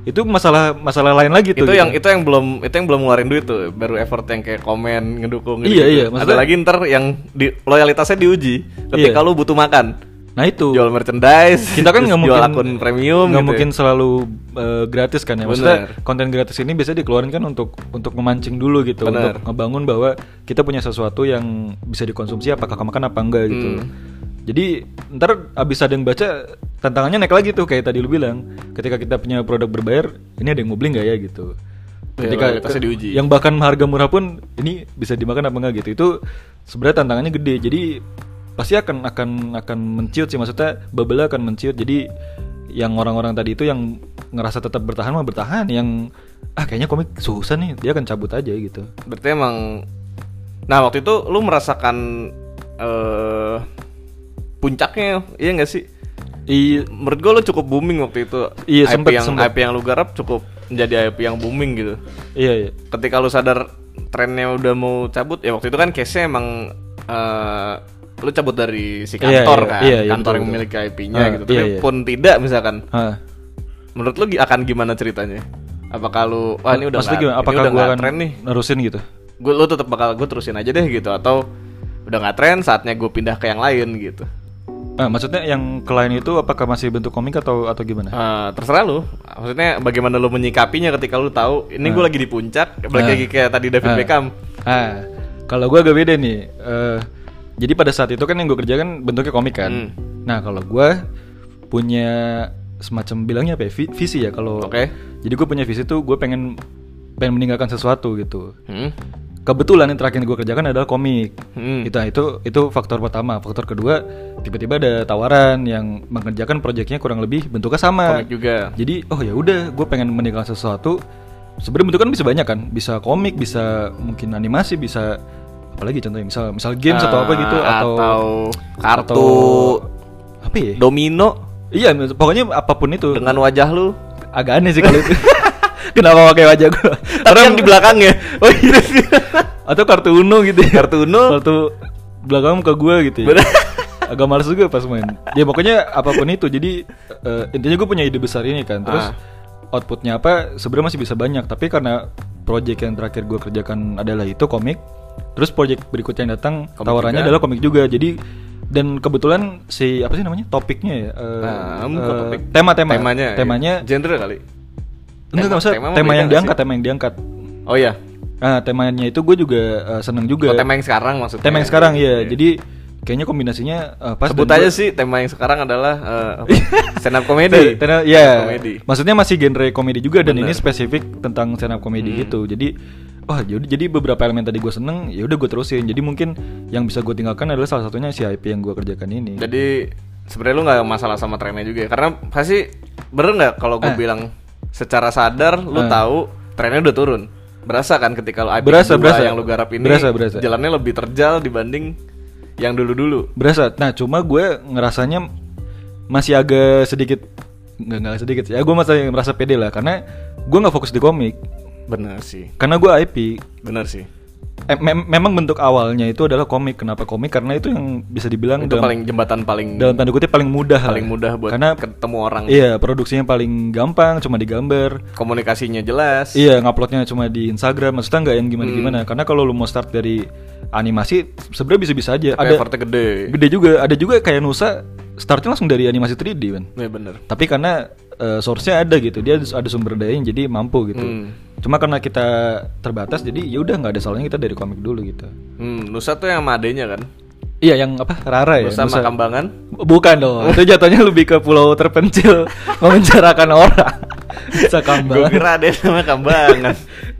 S2: itu masalah masalah lain lagi tuh.
S1: itu
S2: gitu.
S1: yang itu yang belum itu yang belum ngeluarin duit tuh baru effort yang kayak komen ngedukung
S2: Iya, iya,
S1: ada
S2: maksudnya-
S1: lagi ntar yang di, loyalitasnya diuji ketika
S2: Iya.
S1: lu butuh makan
S2: Nah itu
S1: jual merchandise
S2: kita kan
S1: terus
S2: nggak
S1: jual
S2: mungkin
S1: akun premium gitu ya.
S2: nggak mungkin selalu eh, gratis kan ya maksudnya
S1: Bener.
S2: konten gratis ini biasanya dikeluarin kan untuk untuk memancing dulu gitu
S1: Bener.
S2: untuk ngebangun bahwa kita punya sesuatu yang bisa dikonsumsi apakah kamu makan apa enggak gitu
S1: Hmm.
S2: jadi ntar abis ada yang baca tantangannya naik lagi tuh kayak tadi lu bilang ketika kita punya produk berbayar ini ada yang mau beli nggak ya gitu
S1: Ya,
S2: ketika
S1: loyalitasnya diuji.
S2: yang bahkan harga murah pun ini bisa dimakan apa enggak gitu itu sebenarnya tantangannya gede jadi pasti akan akan akan menciut sih maksudnya bubble akan menciut jadi yang orang-orang tadi itu yang ngerasa tetap bertahan mah bertahan yang ah kayaknya komik susah nih dia akan cabut aja gitu
S1: Berarti emang Nah waktu itu lu merasakan eh puncaknya iya nggak sih?
S2: I,
S1: Menurut gua lu cukup booming waktu itu.
S2: Iya,
S1: IP
S2: sempet,
S1: yang
S2: sempet.
S1: IP yang lu garap cukup menjadi IP yang booming gitu.
S2: iya iya
S1: Ketika lu sadar trennya udah mau cabut ya waktu itu kan case-nya emang eh lu cabut dari si
S2: Iya,
S1: kantor
S2: iya,
S1: kan,
S2: iya,
S1: kantor
S2: iya, betul,
S1: yang
S2: betul.
S1: memiliki IP-nya
S2: Ah,
S1: gitu.
S2: iya,
S1: Tapi
S2: iya.
S1: pun tidak misalkan.
S2: Ah.
S1: Menurut lu gi- akan gimana ceritanya? Apakah lu wah ini udah
S2: Maksudnya
S1: nggak-
S2: gimana?
S1: ini
S2: apakah
S1: udah
S2: gua
S1: nggak
S2: akan
S1: tren nih?
S2: nerusin gitu
S1: gue lo tetap bakal gue terusin aja deh gitu atau udah nggak tren saatnya gue pindah ke yang lain gitu
S2: Ah, maksudnya yang ke lain itu apakah masih bentuk komik atau atau gimana
S1: Eh, terserah lu maksudnya bagaimana lu menyikapinya ketika lu tahu ini
S2: Eh.
S1: gue lagi di puncak balik
S2: Ah.
S1: lagi kayak tadi David
S2: Ah.
S1: Beckham
S2: Ah, kalau gue agak beda nih. Eh, jadi pada saat itu kan yang gue kerjakan bentuknya komik kan.
S1: Hmm.
S2: Nah kalau gue punya semacam bilangnya apa ya, vi- visi ya kalau.
S1: Oke.
S2: Jadi gue punya visi tuh gue pengen pengen meninggalkan sesuatu gitu.
S1: hmm.
S2: Kebetulan yang terakhir gue kerjakan adalah komik.
S1: Hmm.
S2: Itu itu itu faktor pertama. Faktor kedua tiba-tiba ada tawaran yang mengerjakan proyeknya kurang lebih bentuknya sama.
S1: komik juga
S2: Jadi oh ya udah, gue pengen meninggalkan sesuatu. Sebenarnya bentukan bisa banyak kan, bisa komik, bisa mungkin animasi, bisa apalagi contohnya misal misal games atau apa gitu
S1: Ah,
S2: atau
S1: atau kartu
S2: atau- apa ya?
S1: domino
S2: Iya, pokoknya apapun itu.
S1: dengan wajah lu
S2: Agak aneh sih kalau itu. Kenapa pakai wajah gue?
S1: tapi yang di belakangnya oh iya sih.
S2: atau kartu Uno gitu. ya.
S1: Kartu Uno.
S2: Kartu belakang muka gue gitu. Ya.
S1: Bener.
S2: Agak males juga pas main. Ya pokoknya apapun itu. Jadi eh, intinya gue punya ide besar ini kan. Terus
S1: Ah.
S2: outputnya apa sebenarnya masih bisa banyak. Tapi karena project yang terakhir gue kerjakan adalah itu komik. Terus project berikutnya yang datang
S1: Komik
S2: tawarannya
S1: juga.
S2: adalah komik juga. Jadi dan kebetulan si apa sih namanya topiknya ya Eh,
S1: Nah, bukan
S2: eh,
S1: topik.
S2: tema tema
S1: temanya
S2: temanya
S1: iya. genre kali
S2: enggak enggak maksudnya
S1: mah
S2: tema
S1: beda
S2: yang
S1: nggak
S2: diangkat
S1: sih?
S2: tema yang diangkat
S1: oh iya
S2: Nah, temanya itu gue juga eh, seneng
S1: Oh,
S2: juga.
S1: tema yang sekarang maksudnya
S2: Tema yang sekarang ya.
S1: Iya.
S2: Jadi kayaknya kombinasinya eh, pas.
S1: Sebut
S2: dan
S1: aja
S2: gua-
S1: sih tema yang sekarang adalah eh, apa? stand up comedy.
S2: Stand
S1: Stand
S2: up- ya.
S1: up comedy.
S2: Maksudnya masih genre komedi juga dan
S1: Bener. Hmm.
S2: ini spesifik tentang stand up komedi gitu. Jadi wah jadi jadi beberapa elemen tadi gue seneng ya udah gue terusin. Jadi mungkin yang bisa gue tinggalkan adalah salah satunya si IP yang gue kerjakan ini.
S1: Jadi sebenarnya lu nggak masalah sama trennya juga ya. karena pasti bener nggak kalau gue
S2: Eh.
S1: bilang secara sadar lu
S2: Eh.
S1: tahu trennya udah turun. Berasa kan ketika lu IP
S2: Berasa,
S1: kedua
S2: berasa.
S1: yang lu garap ini
S2: Berasa, berasa.
S1: jalannya lebih terjal dibanding yang dulu-dulu.
S2: Berasa. Nah, cuma gue ngerasanya masih agak sedikit nggak nggak sedikit sih. ya gue masih merasa pede lah karena gue nggak fokus di komik
S1: Bener sih.
S2: karena gue IP
S1: Bener sih.
S2: Eh, mem- memang bentuk awalnya itu adalah komik. Kenapa komik? Karena itu yang bisa dibilang
S1: Itu
S2: dalam,
S1: paling jembatan paling
S2: dalam tanda kutip paling mudah. lah.
S1: paling mudah buat
S2: karena
S1: ketemu orang.
S2: iya produksinya paling gampang, cuma digambar.
S1: Komunikasinya jelas.
S2: Iya nguploadnya cuma di Instagram. Maksudnya nggak yang gimana-gimana.
S1: Hmm.
S2: Karena kalau lu mau start dari animasi, sebenarnya bisa-bisa aja.
S1: Tapi
S2: iya, Ada
S1: effortnya gede.
S2: gede juga. Ada juga kayak Nusa startnya langsung dari animasi 3D kan.
S1: Iya bener.
S2: Tapi karena eh, source-nya ada gitu, dia ada sumber dayanya jadi mampu gitu.
S1: Hmm.
S2: Cuma karena kita terbatas, jadi ya udah nggak ada salahnya kita dari komik dulu gitu.
S1: Hmm, Nusa tuh yang sama adenya kan?
S2: Iya yang apa Rara ya
S1: Nusa sama
S2: Nusa.
S1: Kambangan?
S2: Bukan dong Itu jatuhnya lebih ke pulau terpencil Memenjarakan orang Nusa
S1: Gue
S2: Kambangan
S1: kira ada yang sama Kambangan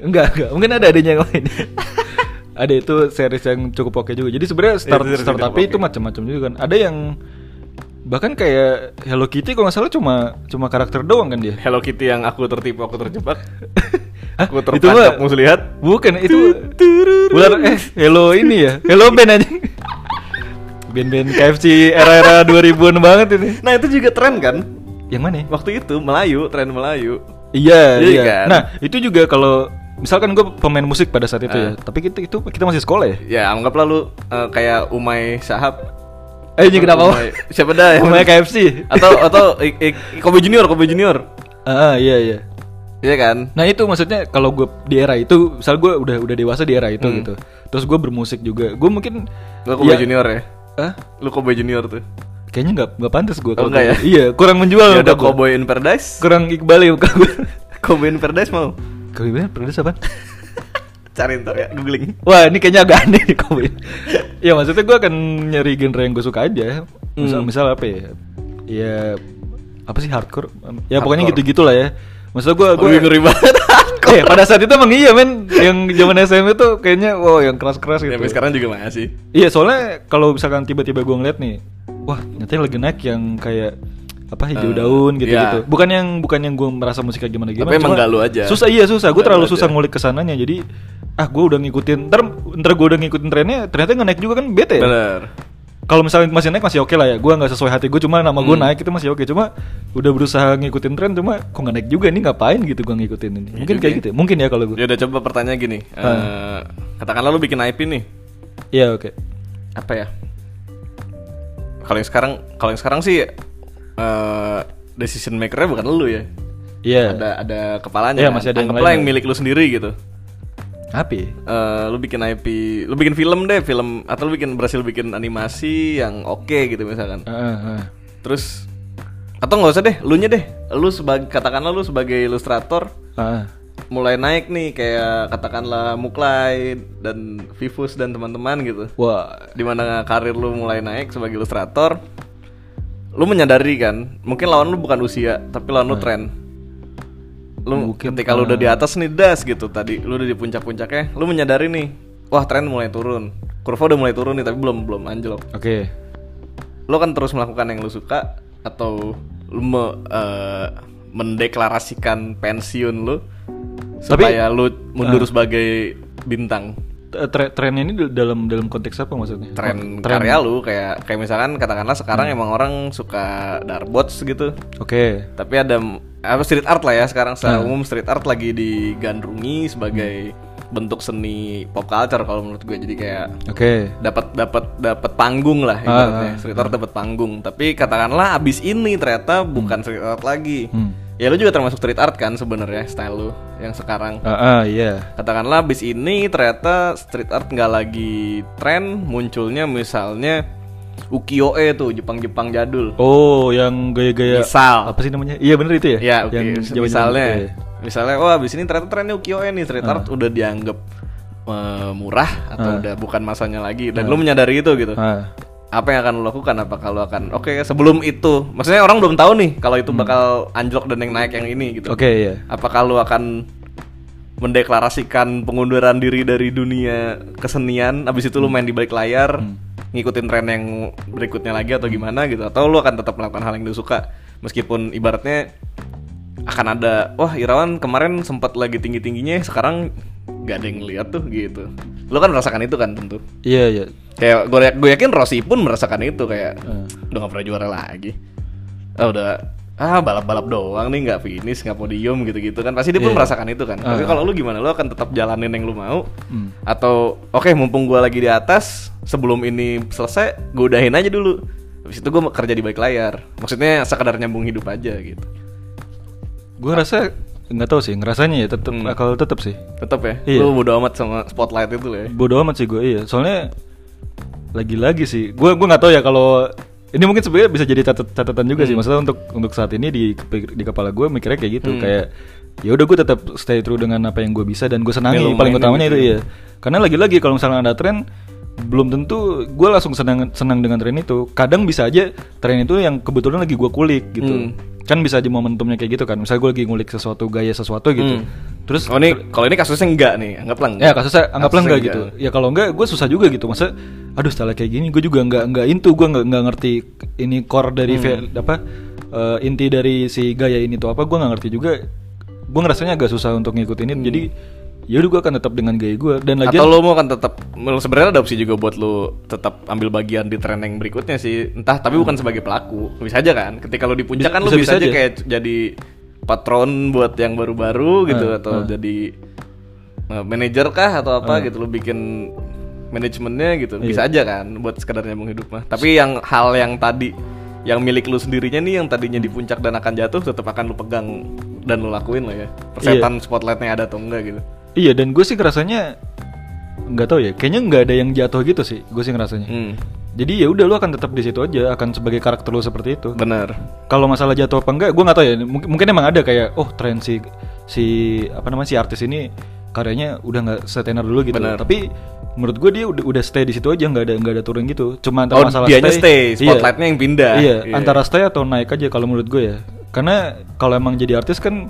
S2: Enggak enggak Mungkin ada adanya yang lain Ada itu series yang cukup oke juga Jadi sebenarnya start,
S1: series yang
S2: start
S1: cukup
S2: tapi Iya, itu
S1: oke.
S2: macam-macam juga kan Ada yang Bahkan kayak Hello Kitty kalau nggak salah cuma cuma karakter doang kan dia
S1: Hello Kitty yang aku tertipu, aku terjebak
S2: Hah?
S1: Aku
S2: Itu mah-
S1: tertangkap, kamu lihat
S2: Bukan itu ular eh hello ini ya Hello Ben aja Ben-ben KFC era-era 2000-an banget ini
S1: Nah itu juga tren kan?
S2: Yang mana ya?
S1: Waktu itu Melayu, tren Melayu
S2: Iya,
S1: Iya
S2: iya.
S1: kan?
S2: Nah, itu juga kalau misalkan gue pemain musik pada saat itu
S1: Ah.
S2: ya, tapi kita itu kita masih sekolah ya.
S1: Ya anggaplah lu eh, kayak Umay Sahab
S2: Eh, ini kenapa?
S1: Umay- iya, Siapa dah yang
S2: Namanya KFC.
S1: Atau, atau I- I- Kobe Junior, Kobe Junior
S2: Ah, iya iya.
S1: Iya kan?
S2: Nah, itu maksudnya kalau gue di era itu, misal gue udah udah dewasa di era itu gitu. Terus gue bermusik juga. Gue mungkin
S1: Lu Kobe
S2: ya-
S1: Hmm. Junior ya?
S2: Hah?
S1: Lu Kobe Junior tuh
S2: kayaknya nggak nggak pantas gue
S1: Oh, nggak ya?
S2: iya kurang menjual
S1: Ya udah
S2: menurut gua.
S1: Cowboy in Paradise.
S2: kurang iqbal ya muka gue
S1: Cowboy in Paradise mau
S2: Cowboy in Paradise apaan?
S1: cari ntar ya googling.
S2: Wah ini kayaknya agak aneh nih Cowboy in- Ya maksudnya gue akan nyari genre yang gue suka aja misal,
S1: Hmm.
S2: misal apa ya Ya Apa sih hardcore? Ya
S1: Hardcore.
S2: pokoknya gitu-gitu lah ya Maksudnya gue
S1: Gue ngeri banget.
S2: Eh, pada saat itu emang iya men Yang zaman SMP tuh kayaknya Wow yang keras-keras gitu
S1: Ya, Sampai sekarang juga masih.
S2: Iya soalnya kalau misalkan tiba-tiba gue ngeliat nih, wah ternyata lagi naik yang kayak apa hijau
S1: Eh,
S2: daun gitu
S1: iya.
S2: gitu. Bukan yang bukan yang gue merasa musiknya gimana gimana.
S1: Tapi emang nggak lu aja.
S2: Susah iya susah. Gue
S1: Nggak
S2: terlalu
S1: lu aja.
S2: susah ngulik kesananya. Jadi ah gue udah ngikutin. Ntar ntar gue udah ngikutin trennya. Ternyata nggak naik juga kan bete. ya.
S1: Bener.
S2: Kalau misalnya masih naik masih oke lah ya. Gue nggak sesuai hati gue. Cuma nama gue
S1: Hmm.
S2: naik itu masih oke. Cuma udah berusaha ngikutin tren. Cuma kok nggak naik juga ini ngapain gitu gue ngikutin ini. Mungkin
S1: juga
S2: kayak
S1: ya.
S2: gitu. Mungkin ya kalau gue.
S1: Ya udah coba pertanyaan gini. Eh katakanlah lu bikin IP nih.
S2: Iya oke.
S1: Apa ya? Kalau yang sekarang, kalau yang sekarang sih eh decision makernya bukan lu ya.
S2: Iya.
S1: Ada ada kepalanya.
S2: Iya,
S1: kan?
S2: masih ada yang
S1: Anggaplah
S2: lain,
S1: yang
S2: ya.
S1: milik lu sendiri gitu.
S2: Apa? ya?
S1: Eh lu bikin IP, lu bikin film deh, film atau lu bikin berhasil bikin animasi yang oke gitu misalkan.
S2: Ah, ah, ah.
S1: Terus atau nggak usah deh, lu nya deh. Lu sebagai katakanlah lu sebagai ilustrator
S2: Ah, ah.
S1: mulai naik nih kayak katakanlah Muklai dan Vivus dan teman-teman gitu.
S2: Wah,
S1: Dimana karir lu mulai naik sebagai ilustrator, lu menyadari kan, mungkin lawan lu bukan usia, tapi lawan lu tren. Lu
S2: Mungkin,
S1: ketika lu udah di atas nih das gitu tadi, lu udah di puncak-puncaknya, lu menyadari nih, wah tren mulai turun. Kurva udah mulai turun nih tapi belum belum anjlok.
S2: Oke.
S1: Lu kan terus melakukan yang lu suka atau lu me- eh, mendeklarasikan pensiun lu
S2: Tapi-
S1: supaya lu mundur sebagai bintang.
S2: T- Eh, tre- Tren ini dal- dalam dalam konteks apa maksudnya?
S1: tren, karya lu kayak kayak misalkan katakanlah sekarang emang orang suka darbots gitu
S2: Oke.
S1: tapi ada m- apa street art lah ya sekarang secara umum street art lagi digandrungi sebagai bentuk seni pop culture kalau menurut gue jadi kayak
S2: Oke.
S1: dapat dapat dapat panggung
S2: Ah,
S1: lah ibaratnya street art dapat panggung tapi katakanlah abis ini ternyata bukan street art lagi
S2: Hmm.
S1: ya lu juga termasuk street art kan sebenarnya style lu yang sekarang
S2: Ah, ah, iya.
S1: katakanlah abis ini ternyata street art nggak lagi tren munculnya misalnya ukiyo-e tuh Jepang-Jepang jadul
S2: Oh, yang gaya-gaya
S1: misal
S2: apa sih namanya? Iya bener itu ya?
S1: ya
S2: yang
S1: ukiyo-
S2: zaman-zaman
S1: misalnya
S2: itu Ah. ya.
S1: misalnya wah abis ini ternyata trennya ukiyo-e nih street art udah dianggap eh, murah atau udah bukan masanya lagi dan lu menyadari itu gitu
S2: Ah,
S1: apa yang akan lo lakukan apa kalau akan oke sebelum itu maksudnya orang belum tahu nih kalau itu bakal anjlok dan yang naik yang ini gitu
S2: Oke, iya.
S1: apakah lu akan mendeklarasikan pengunduran diri dari dunia kesenian abis itu lu main di balik layar ngikutin tren yang berikutnya lagi atau gimana gitu atau lu akan tetap melakukan hal yang lu suka meskipun ibaratnya akan ada wah Irawan kemarin sempat lagi tinggi tingginya sekarang gak ada yang lihat tuh gitu lu kan merasakan itu kan tentu
S2: Iya, iya.
S1: kayak gue gue yakin Rossi pun merasakan itu kayak
S2: Ah.
S1: udah gak pernah juara lagi ah udah ah balap-balap doang nih nggak finish nggak podium gitu-gitu kan pasti dia pun merasakan itu kan tapi kalau lu gimana lu akan tetap jalanin yang lu mau
S2: Hmm.
S1: atau oke mumpung gue lagi di atas sebelum ini selesai gue udahin aja dulu habis itu gue kerja di balik layar maksudnya sekedar nyambung hidup aja gitu
S2: Gue rasa nggak tahu sih, ngerasanya ya tetap
S1: Hmm.
S2: kalau tetap sih.
S1: tetap ya
S2: Iya.
S1: lu bodo amat sama spotlight itu lah ya
S2: Bodoh amat sih gue iya. Soalnya lagi-lagi sih, gue gue nggak tahu ya kalau ini mungkin sebenarnya bisa jadi catat- catatan juga
S1: Hmm.
S2: sih. Maksudnya untuk untuk saat ini di kepik- di kepala gue mikirnya kayak gitu, kayak ya udah gue tetap stay true dengan apa yang gue bisa dan gue senangi.
S1: Yang lo
S2: Paling
S1: mainin
S2: utamanya
S1: gitu
S2: itu iya. Karena lagi-lagi kalau misalnya ada tren belum tentu gue langsung senang senang dengan tren itu. Kadang bisa aja tren itu yang kebetulan lagi gue kulik
S1: Hmm.
S2: gitu. Kan bisa aja momentumnya kayak gitu kan. Misalnya gue lagi ngulik sesuatu gaya sesuatu gitu.
S1: Hmm.
S2: Terus
S1: oh ini kalau ini kasusnya enggak nih anggaplah enggak
S2: Ya kasusnya anggaplah
S1: Kasusnya
S2: enggak gitu.
S1: kan.
S2: Ya kalau enggak gue susah juga gitu. Masa aduh setelah kayak gini gue juga enggak enggak into gue enggak enggak ngerti ini core dari
S1: Hmm.
S2: ve- apa eh, inti dari si gaya ini tuh apa gue enggak ngerti juga. Gue ngerasanya agak susah untuk ngikutin ini. Jadi yaudah gue akan tetap dengan gaya gue dan lagi
S1: Hmm. Atau lo mau kan tetap lo sebenarnya ada opsi juga buat lo tetap ambil bagian di tren yang berikutnya sih. Entah tapi bukan sebagai pelaku. Bisa aja kan. Ketika lo di puncak
S2: Hmm.
S1: kan
S2: Bisa-
S1: lo
S2: bisa-bisa
S1: bisa, aja
S2: aja.
S1: kayak jadi patron buat yang baru-baru
S2: Hmm,
S1: gitu atau jadi eh, manajer kah atau
S2: Hmm.
S1: apa gitu lo bikin manajemennya
S2: Iya.
S1: gitu. Bisa aja kan buat sekedar nyambung hidup mah. Tapi yang hal yang tadi yang milik lu sendirinya nih yang tadinya di puncak dan akan jatuh tetap akan lu pegang dan lu lakuin lah ya. Persetan spotlightnya ada atau enggak gitu.
S2: iya dan gue sih ngerasanya nggak tahu ya. Kayaknya nggak ada yang jatuh gitu sih. Gue sih ngerasanya.
S1: Hmm.
S2: Jadi ya udah lu akan tetap di situ aja, akan sebagai karakter lu seperti itu.
S1: Benar.
S2: Kalau masalah jatuh apa enggak, gue nggak tahu ya. Mungkin, mungkin emang ada kayak, oh tren si si apa namanya si artis ini karyanya udah nggak setenar dulu gitu.
S1: Benar.
S2: Tapi menurut gue dia udah, udah stay di situ aja, nggak ada nggak ada turun gitu. Cuma antara
S1: Oh,
S2: masalah
S1: dianya
S2: stay,
S1: stay, spotlightnya yang pindah.
S2: Iya,
S1: Iya.
S2: antara stay atau naik aja kalau menurut gue ya. Karena kalau emang jadi artis kan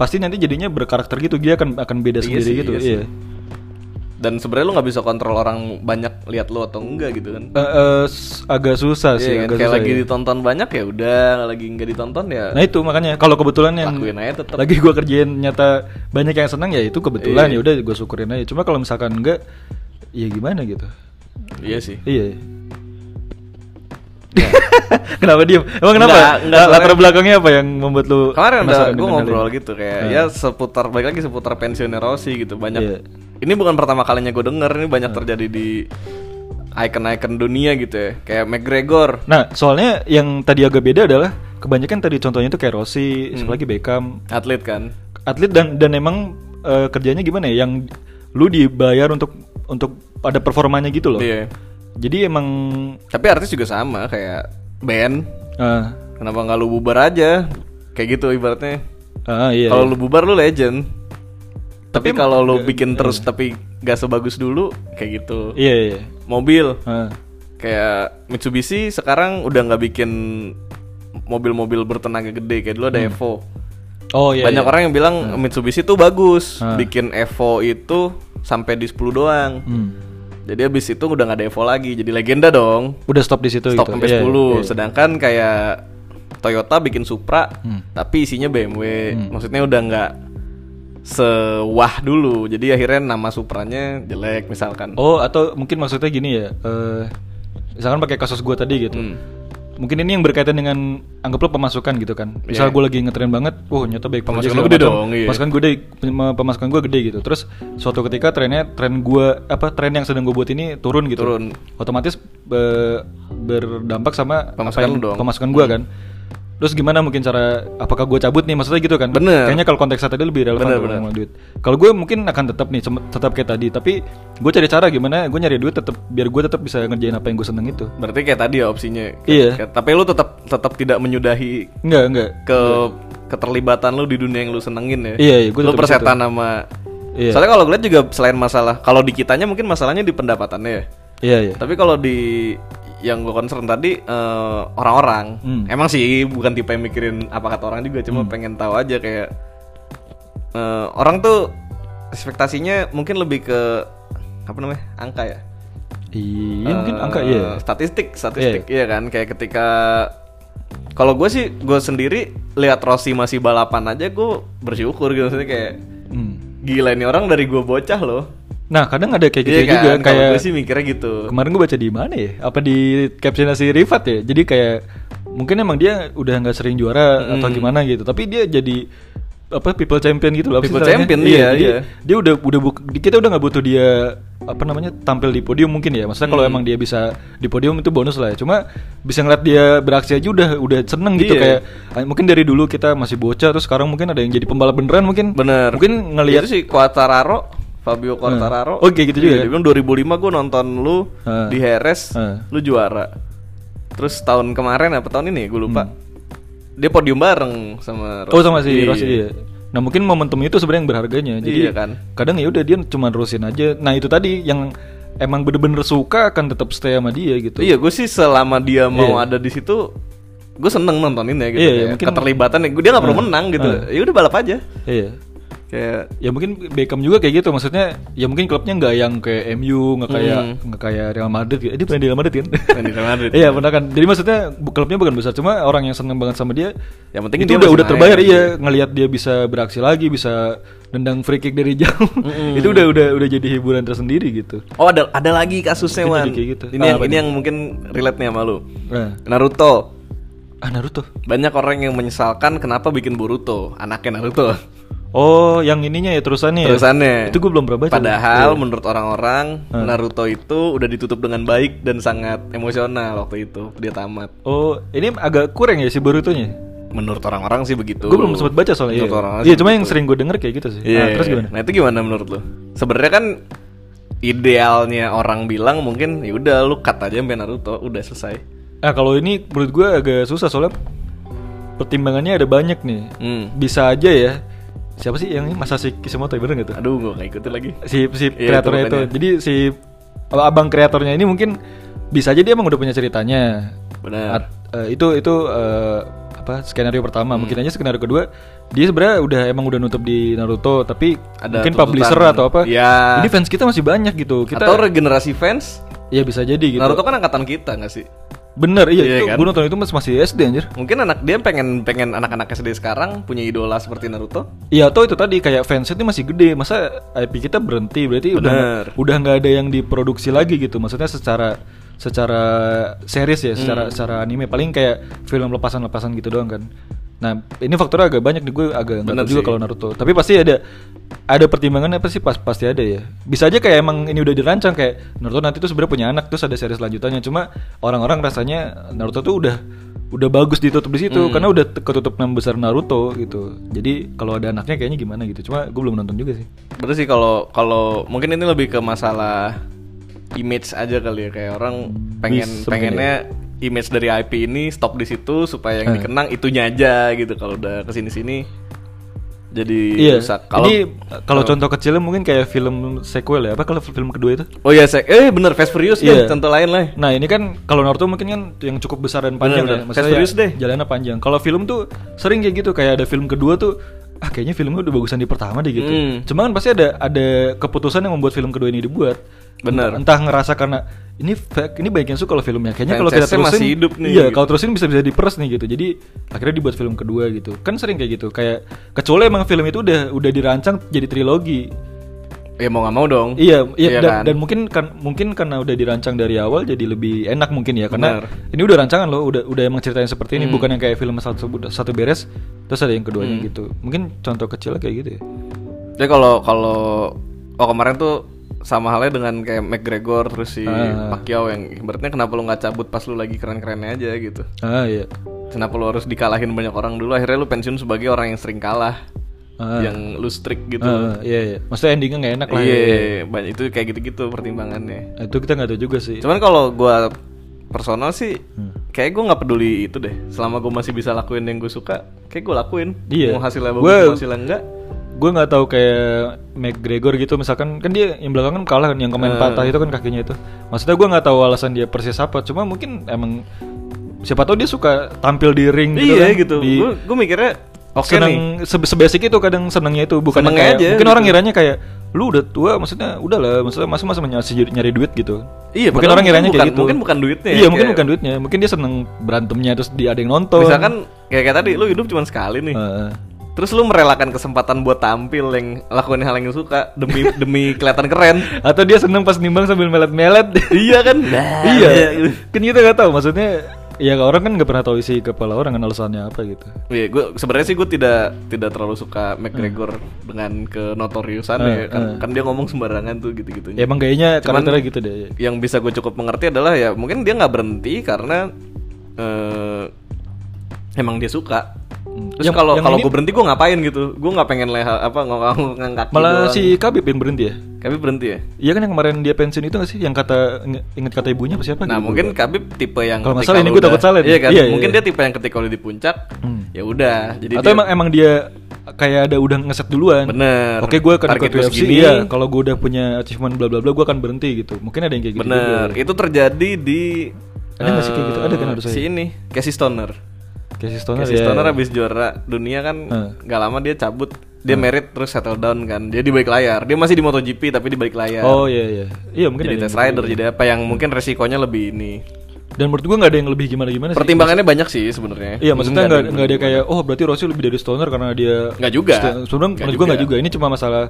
S2: pasti nanti jadinya berkarakter gitu dia akan akan beda
S1: Iya
S2: sendiri
S1: sih,
S2: gitu.
S1: iya sih.
S2: iya.
S1: Dan sebenarnya lu nggak bisa kontrol orang banyak lihat lu atau enggak gitu kan.
S2: Eh, eh, s- agak susah
S1: Iya
S2: sih,
S1: kan,
S2: agak
S1: kayak
S2: susah,
S1: lagi
S2: iya.
S1: ditonton banyak ya udah, lagi nggak ditonton ya
S2: Nah itu makanya kalau kebetulan yang
S1: lakuin aja tetap.
S2: lagi gua kerjain nyata banyak yang senang ya itu kebetulan
S1: Iya.
S2: ya udah gue syukurin aja. Cuma kalau misalkan enggak, ya gimana gitu.
S1: Iya sih.
S2: Iya. kenapa diem? Emang kenapa?
S1: Enggak, enggak,
S2: La- Latar
S1: soalnya-
S2: belakangnya apa yang membuat lu
S1: Kemarin udah
S2: penasaran
S1: gue
S2: dengan hal
S1: ngobrol
S2: ini?
S1: gitu kayak
S2: Nah.
S1: ya seputar balik lagi seputar pensiunnya Rossi gitu banyak.
S2: Iya. Nah.
S1: Ini bukan pertama kalinya gue denger ini banyak terjadi di icon-icon dunia gitu ya. Kayak McGregor.
S2: Nah, soalnya yang tadi agak beda adalah kebanyakan tadi contohnya itu kayak
S1: Hmm.
S2: Rossi, siapa lagi Beckham,
S1: atlet kan
S2: atlet dan dan emang eh, kerjanya gimana ya yang lu dibayar untuk untuk ada performanya gitu loh
S1: iya
S2: jadi emang
S1: tapi artis juga sama kayak band
S2: eh,
S1: kenapa nggak lu bubar aja kayak gitu ibaratnya
S2: ah, iya
S1: kalau lu bubar lu legend tapi,
S2: Tapi
S1: kalau lu bikin terus tapi gak sebagus dulu kayak gitu
S2: iya iya
S1: mobil
S2: Ah,
S1: kayak Mitsubishi sekarang udah nggak bikin mobil-mobil bertenaga gede kayak dulu ada Evo
S2: Hmm. oh iya
S1: banyak
S2: iya.
S1: orang yang bilang Mitsubishi tuh bagus
S2: Ah.
S1: bikin Evo itu sampai di 10 doang
S2: Hmm.
S1: jadi abis itu udah nggak ada Evo lagi jadi legenda dong
S2: udah stop di situ
S1: stok
S2: gitu
S1: sampai 10.
S2: Iya, iya.
S1: Sedangkan kayak Toyota bikin Supra
S2: Hmm.
S1: tapi isinya BMW. Maksudnya udah nggak sewah dulu. Jadi akhirnya nama Supranya jelek misalkan.
S2: oh atau mungkin maksudnya gini ya eh, misalkan pakai kasus gua tadi gitu
S1: Hmm.
S2: mungkin ini yang berkaitan dengan anggaplah pemasukan gitu kan misal
S1: Iya.
S2: gue lagi ngetren banget wah nyata baik
S1: Pemasukan lu
S2: segala
S1: gede
S2: macam.
S1: dong, iya.
S2: pemasukan gue gede pem- pemasukan gue gede gitu terus suatu ketika trennya tren gue apa tren yang sedang gue buat ini turun gitu
S1: Turun.
S2: otomatis be- berdampak sama apa
S1: Pemasukan
S2: yang-
S1: lu dong. Hmm.
S2: pemasukan gue kan terus gimana mungkin cara apakah gue cabut nih maksudnya gitu kan
S1: Bener.
S2: kayaknya kalau konteks tadi lebih relevan
S1: Bener,
S2: kalau
S1: bener.
S2: ngomong duit kalau gue mungkin akan tetap nih sem- tetap kayak tadi tapi gue cari cara gimana gue nyari duit tetap biar gue tetap bisa ngerjain apa yang gue seneng itu
S1: Berarti kayak tadi ya opsinya. Kayak-
S2: Iya.
S1: kayak- tapi lu tetap tetap tidak menyudahi
S2: enggak enggak
S1: ke keterlibatan lu di dunia yang lu senengin ya.
S2: Iya, iya, gua
S1: Lu
S2: tetap di
S1: persetan sama
S2: Iya.
S1: Soalnya kalau gue lihat juga selain masalah kalau di kitanya mungkin masalahnya di pendapatannya ya.
S2: iya iya
S1: Tapi kalau di yang gue concern tadi eh, orang-orang,
S2: Hmm.
S1: emang sih bukan tipe yang mikirin apa kata orang juga, cuma pengen tahu aja kayak eh, orang tuh ekspektasinya mungkin lebih ke apa namanya angka ya?
S2: Iya mungkin
S1: Eh,
S2: angka iya.
S1: Statistik, statistik iya kan? Kayak ketika kalau gue sih gue sendiri lihat Rossi masih balapan aja gue bersyukur gitu maksudnya kayak
S2: Hmm.
S1: gila ini orang dari gue bocah loh.
S2: Nah kadang ada kayak gitu
S1: Iya kan?
S2: juga
S1: Kalau
S2: kayak
S1: gue sih mikirnya gitu.
S2: kemarin gue baca di mana ya? Apa di captionnya si Rifat ya? Jadi kayak mungkin emang dia udah nggak sering juara
S1: Hmm.
S2: atau gimana gitu, tapi dia jadi apa people champion gitu loh apa sih
S1: People
S2: namanya?
S1: champion, iya,
S2: jadi
S1: iya.
S2: dia udah udah buk- kita udah nggak butuh dia apa namanya tampil di podium mungkin ya maksudnya
S1: Hmm.
S2: kalau emang dia bisa di podium itu bonus lah ya cuma bisa ngeliat dia beraksi aja udah udah seneng gitu
S1: Iya.
S2: kayak ah, mungkin dari dulu kita masih bocah terus sekarang mungkin ada yang jadi pembalap beneran mungkin
S1: Bener.
S2: mungkin ngelihat
S1: itu sih Quartararo, Fabio Quartararo. Iya,
S2: Hmm. Oh, kayak gitu juga ya?
S1: Dia bilang 2005 gue nonton lu
S2: Hmm.
S1: di Heres,
S2: Hmm.
S1: lu juara. Terus tahun kemarin apa tahun ini gue lupa. Dia podium bareng sama
S2: Hmm. Oh sama si
S1: Iya.
S2: Rossi iya. Nah mungkin momentum itu sebenarnya yang berharganya. Jadi
S1: Iya kan.
S2: kadang ya udah dia cuma terusin aja. Nah itu tadi yang emang bener-bener suka akan tetap stay sama dia gitu.
S1: Iya, gue sih selama dia mau ada di situ gue seneng nontonin ya gitu
S2: Iya,
S1: kayak
S2: iya, mungkin-
S1: keterlibatannya dia nggak perlu menang gitu ya udah balap aja
S2: Iya.
S1: kayak
S2: Ya mungkin Beckham juga kayak gitu. Maksudnya ya mungkin klubnya nggak yang kayak MU, nggak kayak nggak kayak Real Madrid. Gitu. Eh, dia pernah di Real Madrid kan?
S1: main Hmm. di Real Madrid
S2: Iya benar kan. Jadi maksudnya bu- klubnya bukan besar, cuma orang yang seneng banget sama dia.
S1: Yang penting
S2: itu
S1: dia
S2: udah
S1: masih
S2: udah
S1: main.
S2: terbayar iya ngelihat dia bisa beraksi lagi, bisa nendang free kick dari jauh. itu udah udah udah jadi hiburan tersendiri gitu.
S1: oh ada ada lagi kasusnya
S2: Mungkin
S1: Wan
S2: jadi kayak gitu.
S1: ini
S2: Ah,
S1: yang
S2: apa
S1: ini yang mungkin relate nih sama lu
S2: Nah,
S1: Naruto
S2: ah Naruto.
S1: Banyak orang yang menyesalkan kenapa bikin Boruto, anaknya Naruto.
S2: Oh, yang ininya ya terusannya. ya?
S1: Terusannya.
S2: Itu gue belum pernah baca. Iya.
S1: Padahal menurut orang-orang Naruto itu udah ditutup dengan baik dan sangat emosional waktu itu dia tamat.
S2: Oh, ini agak kurang ya si Borutonya.
S1: Menurut orang-orang sih begitu.
S2: Gue belum sempat baca soalnya.
S1: Menurut orang-orang
S2: Iya,
S1: sih
S2: cuma yang sering gue denger kayak gitu sih.
S1: Iya.
S2: Nah, terus gimana?
S1: Nah, itu gimana menurut lu? Sebenarnya kan idealnya orang bilang mungkin ya udah lu cut aja sampai Naruto udah selesai.
S2: Nah kalau ini menurut gue agak susah soalnya pertimbangannya ada banyak nih.
S1: Hmm.
S2: Bisa aja ya. Siapa sih yang ini Masashi Kishimoto bener gitu?
S1: Aduh gua gak ikutin lagi.
S2: Si si
S1: Iya,
S2: kreatornya
S1: itu
S2: itu. Jadi si abang kreatornya ini mungkin bisa aja dia emang udah punya ceritanya.
S1: Benar.
S2: At- eh, itu itu eh, apa skenario pertama
S1: Hmm.
S2: mungkin aja skenario kedua dia sebenarnya udah emang udah nutup di Naruto tapi
S1: Ada
S2: mungkin
S1: tuntutan.
S2: publisher atau apa
S1: Ya.
S2: ini fans kita masih banyak gitu kita
S1: Atau regenerasi fans?
S2: ya bisa jadi gitu
S1: Naruto kan angkatan kita gak sih?
S2: bener iya,
S1: Iya
S2: itu
S1: kan?
S2: gue nonton itu mas- masih SD anjir
S1: Mungkin anak dia pengen pengen anak-anak SD sekarang punya idola seperti Naruto.
S2: Iya atau itu tadi kayak fansnya itu masih gede masa IP kita berhenti berarti
S1: Bener.
S2: udah udah nggak ada yang diproduksi lagi gitu maksudnya secara secara series ya
S1: Hmm.
S2: secara secara anime paling kayak film lepasan lepasan gitu doang kan nah ini faktornya agak banyak nih gue agak nggak
S1: Bener
S2: tahu juga
S1: sih.
S2: kalau Naruto tapi pasti ada ada pertimbangannya pasti pas pasti ada ya bisa aja kayak emang ini udah dirancang kayak Naruto nanti tuh sebenarnya punya anak terus ada series lanjutannya cuma orang-orang rasanya Naruto tuh udah udah bagus ditutup di
S1: Hmm.
S2: situ karena udah te- ketutup enam besar Naruto gitu. Jadi kalau ada anaknya kayaknya gimana gitu. Cuma gue belum nonton juga sih.
S1: Betul sih kalau kalau mungkin ini lebih ke masalah image aja kali ya kayak orang pengen
S2: Bisa mungkin
S1: pengennya
S2: ya.
S1: image dari IP ini stop di situ supaya yang dikenang itunya aja gitu kalau udah kesini sini jadi rusak kalau Oh.
S2: Iya. Ini kalau contoh kecilnya mungkin kayak film sequel ya. Apa kalau film kedua itu?
S1: oh ya saya eh bener Fast Furious deh
S2: Iya.
S1: contoh lain lah
S2: Nah ini kan kalau Naruto mungkin kan yang cukup besar dan panjang
S1: Benar,
S2: ya.
S1: benar.
S2: Maksudnya
S1: Fast Furious
S2: ya,
S1: deh.
S2: jalannya panjang. Kalau film tuh sering kayak gitu kayak ada film kedua tuh ah kayaknya filmnya udah bagusan di pertama deh gitu.
S1: Hmm.
S2: Cuma kan pasti ada ada keputusan yang membuat film kedua ini dibuat.
S1: Benar.
S2: Entah ngerasa karena ini fa- ini baik yang suka kalau filmnya kayaknya kalau kita
S1: Franchise-nya
S2: terusin
S1: masih hidup nih,
S2: Iya,
S1: gitu.
S2: kalau terusin bisa bisa diperes nih gitu. Jadi akhirnya dibuat film kedua gitu. Kan sering kayak gitu. Kayak kecuali emang film itu udah udah dirancang jadi trilogi.
S1: ya mau nggak mau dong
S2: Iya, iya, dan,
S1: kan?
S2: dan mungkin kan mungkin karena udah dirancang dari awal jadi lebih enak mungkin ya karena
S1: Benar. Hmm.
S2: ini udah rancangan loh, udah udah emang ceritanya seperti ini bukan yang kayak film satu satu beres terus ada yang keduanya gitu. Mungkin contoh kecil kayak gitu ya.
S1: Jadi kalau kalau oh kemarin tuh sama halnya dengan kayak McGregor terus si
S2: Ah.
S1: Pacquiao yang ibaratnya kenapa lu nggak cabut pas lu lagi keren-kerennya aja gitu.
S2: Ah iya.
S1: Kenapa lu harus dikalahin banyak orang dulu akhirnya lu pensiun sebagai orang yang sering kalah.
S2: Ah.
S1: Yang lu streak gitu.
S2: Ah, iya iya. Maksudnya endingnya nggak enak lah.
S1: Iya,
S2: ya.
S1: banyak itu kayak gitu-gitu pertimbangannya.
S2: Nah, Itu kita nggak tahu juga sih.
S1: Cuman kalau gua personal sih
S2: Hmm.
S1: kayak gua nggak peduli itu deh. Selama gua masih bisa lakuin yang gua suka, kayak gua lakuin.
S2: Iya.
S1: Mau hasilnya bagus,
S2: Gua-
S1: mau hasilnya enggak.
S2: Gue nggak tahu kayak McGregor gitu misalkan kan dia yang belakangan kalah kan yang
S1: Ah.
S2: kemarin patah itu kan kakinya itu. Maksudnya gue nggak tahu alasan dia persis apa. Cuma mungkin emang siapa tahu dia suka tampil di ring gitu
S1: iya
S2: kan,
S1: gitu.
S2: di-
S1: Gua, gua mikirnya oke nih.
S2: seneng se- sebasic itu kadang senengnya itu bukan yang
S1: Senengnya
S2: kayak,
S1: aja,
S2: mungkin
S1: gitu.
S2: orang ngiranya kayak lu udah tua maksudnya udahlah maksudnya masa masa nyari, nyari duit gitu
S1: Iya,
S2: mungkin
S1: padahal
S2: orang ngiranya
S1: mungkin
S2: kayak
S1: bukan-
S2: gitu
S1: mungkin bukan duitnya ya,
S2: iya mungkin
S1: kayak-
S2: bukan duitnya mungkin dia seneng berantemnya terus dia ada yang nonton
S1: Misalkan kayak, kayak tadi lu hidup cuma sekali nih.
S2: Heeh.
S1: Terus lu merelakan kesempatan buat tampil yang lakuin hal yang lu suka demi demi kelihatan keren.
S2: atau dia seneng pas nimbang sambil melet-melet
S1: iya kan?
S2: iya kan kita nggak tahu maksudnya ya orang kan nggak pernah tahu isi kepala orang kan alasannya apa gitu
S1: Iya, gue sebenarnya sih gue tidak tidak terlalu suka McGregor
S2: Hmm.
S1: dengan kenotoriusan ya. Kan, kan dia ngomong sembarangan tuh
S2: ya
S1: gitu-gitunya.
S2: emang kayaknya
S1: Cuman-
S2: karakternya gitu deh
S1: Yang bisa gue cukup mengerti adalah ya mungkin dia nggak berhenti karena eh, emang dia suka. Terus
S2: Hmm. Yang-
S1: kalau
S2: yang
S1: kalau
S2: ini-
S1: gue berhenti gue ngapain gitu? Gue nggak pengen leha apa ngong- ngangkat kaki
S2: malah
S1: gitu doang.
S2: si Khabib yang berhenti ya
S1: Khabib berhenti ya?
S2: Iya kan yang kemarin dia pensiun itu gak sih? Yang kata inget- inget kata ibunya apa siapa?
S1: Nah
S2: gitu?
S1: mungkin Khabib tipe yang
S2: Kalau
S1: ketika
S2: nggak salah ini
S1: lu
S2: gua
S1: udah-
S2: takut salah nih.
S1: Iya kan?
S2: Iya, iya,
S1: mungkin
S2: iya.
S1: dia tipe yang ketika udah di puncak,
S2: Hmm.
S1: ya udah. Jadi
S2: Atau
S1: dia-
S2: emang emang dia kayak ada udah ngeset duluan.
S1: bener.
S2: Oke, gue akan
S1: Target
S2: ikut
S1: lu
S2: UFC.
S1: segini,
S2: Iya, kalau gue udah punya achievement bla bla bla, gue akan berhenti gitu. Mungkin ada yang kayak gitu.
S1: Bener. Itu terjadi di
S2: Ada nggak sih kayak gitu? Ada kan
S1: eh,
S2: harus
S1: Si
S2: saya.
S1: ini Casey Stoner.
S2: Kayak si Stoner
S1: Casey
S2: ya.
S1: Stoner habis juara dunia kan
S2: Hmm.
S1: nggak lama dia cabut, dia merit terus settle down kan. Dia di balik layar. Dia masih di MotoGP tapi di balik layar.
S2: Oh iya iya. Iya mungkin
S1: jadi
S2: ada. ya.
S1: test rider jadi apa yang mungkin resikonya lebih ini.
S2: Dan menurut gue nggak ada yang lebih gimana gimana sih.
S1: Pertimbangannya banyak sih sebenarnya.
S2: Iya maksudnya
S1: Nggak
S2: nggak nggak ada kayak oh berarti Rossi lebih dari Stoner karena dia
S1: Nggak juga.
S2: Sto- Sebenarnya
S1: Nggak
S2: menurut gue nggak juga. Ini cuma masalah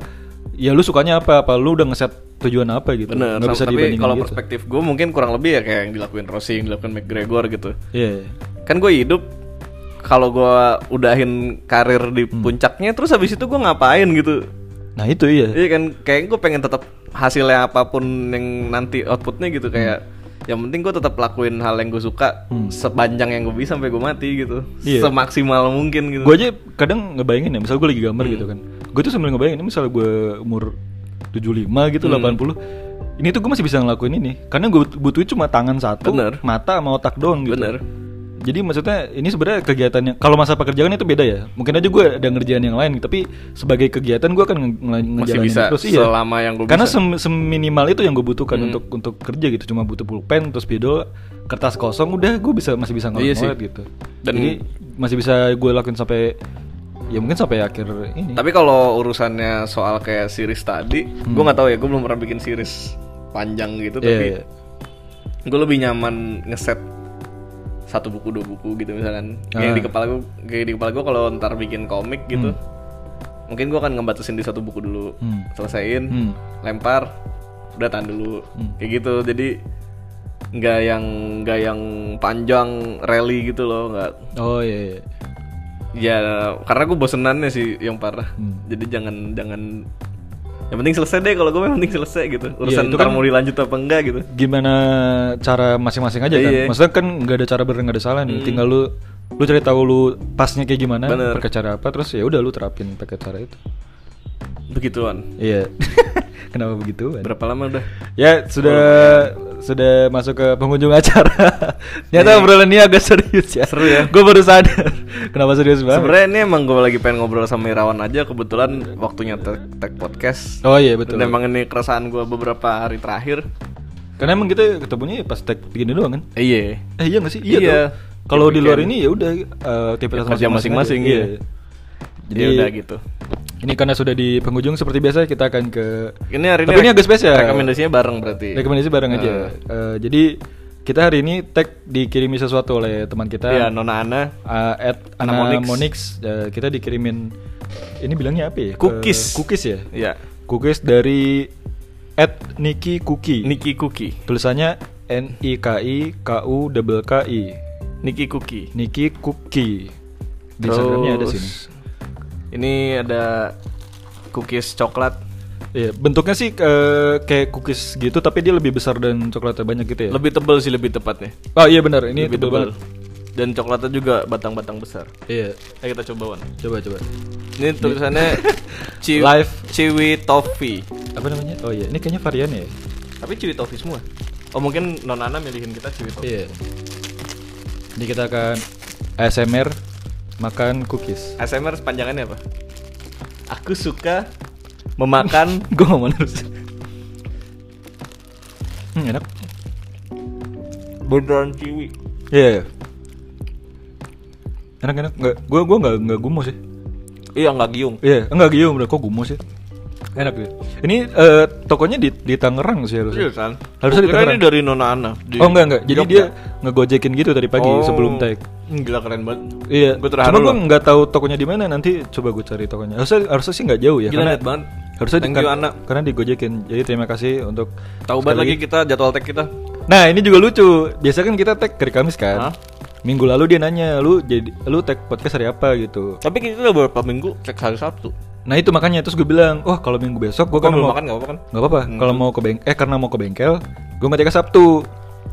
S2: ya lu sukanya apa apa lu udah ngeset tujuan apa gitu.
S1: Bener,
S2: Nggak
S1: sama-
S2: bisa
S1: tapi
S2: dibandingin
S1: kalau
S2: gitu.
S1: perspektif gue mungkin kurang lebih ya kayak yang dilakuin Rossi, yang dilakuin McGregor gitu.
S2: Iya. iya.
S1: Kan gue hidup, kalau gue udahin karir di
S2: Hmm.
S1: puncaknya, terus habis itu gue ngapain gitu?
S2: Nah itu iya.
S1: Iya kan, kayak gue pengen tetap hasilnya apapun yang nanti outputnya gitu
S2: Hmm.
S1: kayak. Yang penting gue tetap lakuin hal yang gue suka sepanjang yang gue bisa sampai gue mati gitu,
S2: Iya.
S1: semaksimal mungkin gitu.
S2: Gue aja kadang ngebayangin ya,
S1: Hmm.
S2: misal
S1: Hmm.
S2: gue lagi gambar gitu kan. Gue tuh sambil ngebayangin, misal gue umur 75 gitu, 80, ini tuh gue masih bisa ngelakuin ini karena gue butuhin cuma tangan satu
S1: Bener.
S2: mata sama otak doang gitu
S1: Bener.
S2: jadi maksudnya ini sebenarnya kegiatannya kalau masa pekerjaan itu beda ya mungkin aja gue ada ngerjain yang lain tapi sebagai kegiatan gue akan nge- nge-
S1: Masih
S2: ngejalanin
S1: bisa
S2: terus Iya.
S1: selama yang gue
S2: karena
S1: bisa. Hmm.
S2: sem- seminimal itu yang gue butuhkan untuk untuk kerja gitu cuma butuh pulpen terus spidol kertas kosong udah gue bisa masih bisa
S1: Iya sih.
S2: ngeliat gitu
S1: Dan-
S2: jadi masih bisa gue lakuin sampai ya mungkin sampai akhir ini
S1: Tapi kalau urusannya soal kayak series tadi, gue nggak tahu ya, gue belum pernah bikin series panjang gitu.
S2: Hmm. Iya,
S1: tapi
S2: iya.
S1: gue lebih nyaman ngeset satu buku dua buku gitu misalkan. Yang
S2: Ah.
S1: di kepala gue, kayak di kepala gue kalau ntar bikin komik gitu, mungkin gue akan ngebatasin di satu buku dulu,
S2: Hmm.
S1: selesaiin,
S2: Hmm.
S1: lempar, udah tahan dulu, kayak gitu. Jadi nggak yang nggak yang panjang rally gitu loh, nggak
S2: oh iya, iya.
S1: Ya karena gue bosenannya sih yang parah.
S2: Hmm.
S1: Jadi jangan jangan yang penting selesai deh kalau gue yang penting selesai gitu. Urusan
S2: itu
S1: ntar
S2: kan-
S1: mau dilanjut apa enggak gitu.
S2: gimana cara masing-masing aja kan
S1: Iya. Hmm.
S2: maksudnya kan nggak ada cara bener nggak ada salah nih tinggal lu lu cari tahu lu pasnya kayak gimana
S1: Bener.
S2: pakai cara apa terus ya udah lu terapin pakai cara itu
S1: Begituan.
S2: iya kenapa begitu Wan?
S1: Berapa lama udah?
S2: Ya sudah sudah masuk ke penghujung acara. Ternyata obrolan ini agak serius
S1: Iya.
S2: ya.
S1: Seru ya.
S2: Gue baru sadar. Kenapa serius banget?
S1: Sebenarnya ini emang gue lagi pengen ngobrol sama Irawan aja kebetulan waktunya tag, tag podcast.
S2: Oh iya betul.
S1: Dan emang ini keresahan gue beberapa hari terakhir.
S2: Karena emang kita ketemunya ya pas tag begini doang kan?
S1: Iya.
S2: Eh iya nggak sih?
S1: Iya.
S2: dong. Kalau di luar
S1: Weekend.
S2: ini ya udah eh aktivitas
S1: Kerja masing-masing,
S2: aja.
S1: iya. Jadi
S2: Jadi
S1: udah gitu.
S2: ini karena sudah di penghujung seperti biasa kita akan ke
S1: Ini hari
S2: Tapi ini agak spesial.
S1: Rekomendasinya bareng berarti.
S2: rekomendasi bareng aja.
S1: Eh.
S2: Eh, jadi kita hari ini tag dikirimi sesuatu oleh teman kita.
S1: Iya, Nona Ana.
S2: uh, at
S1: Anamonix.
S2: Anamonix uh, kita dikirimin ini bilangnya apa ya?
S1: Cookies.
S2: Ke- cookies ya.
S1: Iya.
S2: Cookies dari at Niki Cookie.
S1: Niki Kuki.
S2: Tulisannya N I K I K U K I.
S1: Niki Kuki.
S2: Niki Cookie. Di Instagramnya ada
S1: Terus,
S2: sini.
S1: Ini ada cookies coklat.
S2: Iya, bentuknya sih eh, kayak cookies gitu tapi dia lebih besar dan coklatnya banyak gitu ya.
S1: Lebih tebal sih lebih tepatnya.
S2: oh iya benar, ini
S1: lebih
S2: tebal banget.
S1: Dan coklatnya juga batang-batang besar.
S2: Iya,
S1: Ayo kita coba Wan.
S2: coba coba.
S1: Ini tulisannya Ci-
S2: Live.
S1: Ciwi Toffee.
S2: Apa namanya? Oh iya, ini kayaknya variannya ya.
S1: Tapi Ciwi Toffee semua. Oh mungkin Nonana milihin kita Ciwi Toffee.
S2: Iya. Jadi kita akan ASMR makan cookies.
S1: ASMR sepanjangannya apa? Iya. Aku suka memakan
S2: Gue mau terus. Hmm, enak.
S1: bundaran ciwi.
S2: Iya. Enak enak. Enggak, gua gua enggak enggak gumus sih.
S1: Iya nggak giung.
S2: Iya, enggak gitu udah kok gumus sih. Enak ya. Ini eh, tokonya di di Tangerang sih harusnya.
S1: iya. Serius kan?
S2: Harusnya
S1: Kukira ini
S2: diterang.
S1: dari Nonana. di
S2: Oh enggak enggak. Jadi dia
S1: Jogja.
S2: ngegojekin gitu tadi pagi
S1: Oh.
S2: sebelum tag.
S1: Hmm, Gila keren banget.
S2: Iya.
S1: Gua terharu
S2: Cuma gue
S1: loh.
S2: nggak tahu tokonya di mana. Nanti coba gue cari tokonya. Harusnya harusnya sih nggak jauh ya.
S1: Gila
S2: karena-
S1: net banget.
S2: harusnya
S1: Thank
S2: dikar-
S1: you, Ana.
S2: karena digojekin jadi terima kasih untuk
S1: Tahu banget lagi kita jadwal tag kita.
S2: nah ini juga lucu biasa kan kita tag hari Kamis kan
S1: Hah?
S2: minggu lalu dia nanya lu jadi lu tag podcast hari apa gitu
S1: Tapi kita udah beberapa minggu cek hari Sabtu.
S2: nah itu makanya terus gue bilang wah kalau minggu besok gue
S1: Gua
S2: kan
S1: belum
S2: mau
S1: makan enggak apa-apa kan?
S2: nggak apa-apa kalau mau ke bengkel eh karena mau ke bengkel gue mati ke Sabtu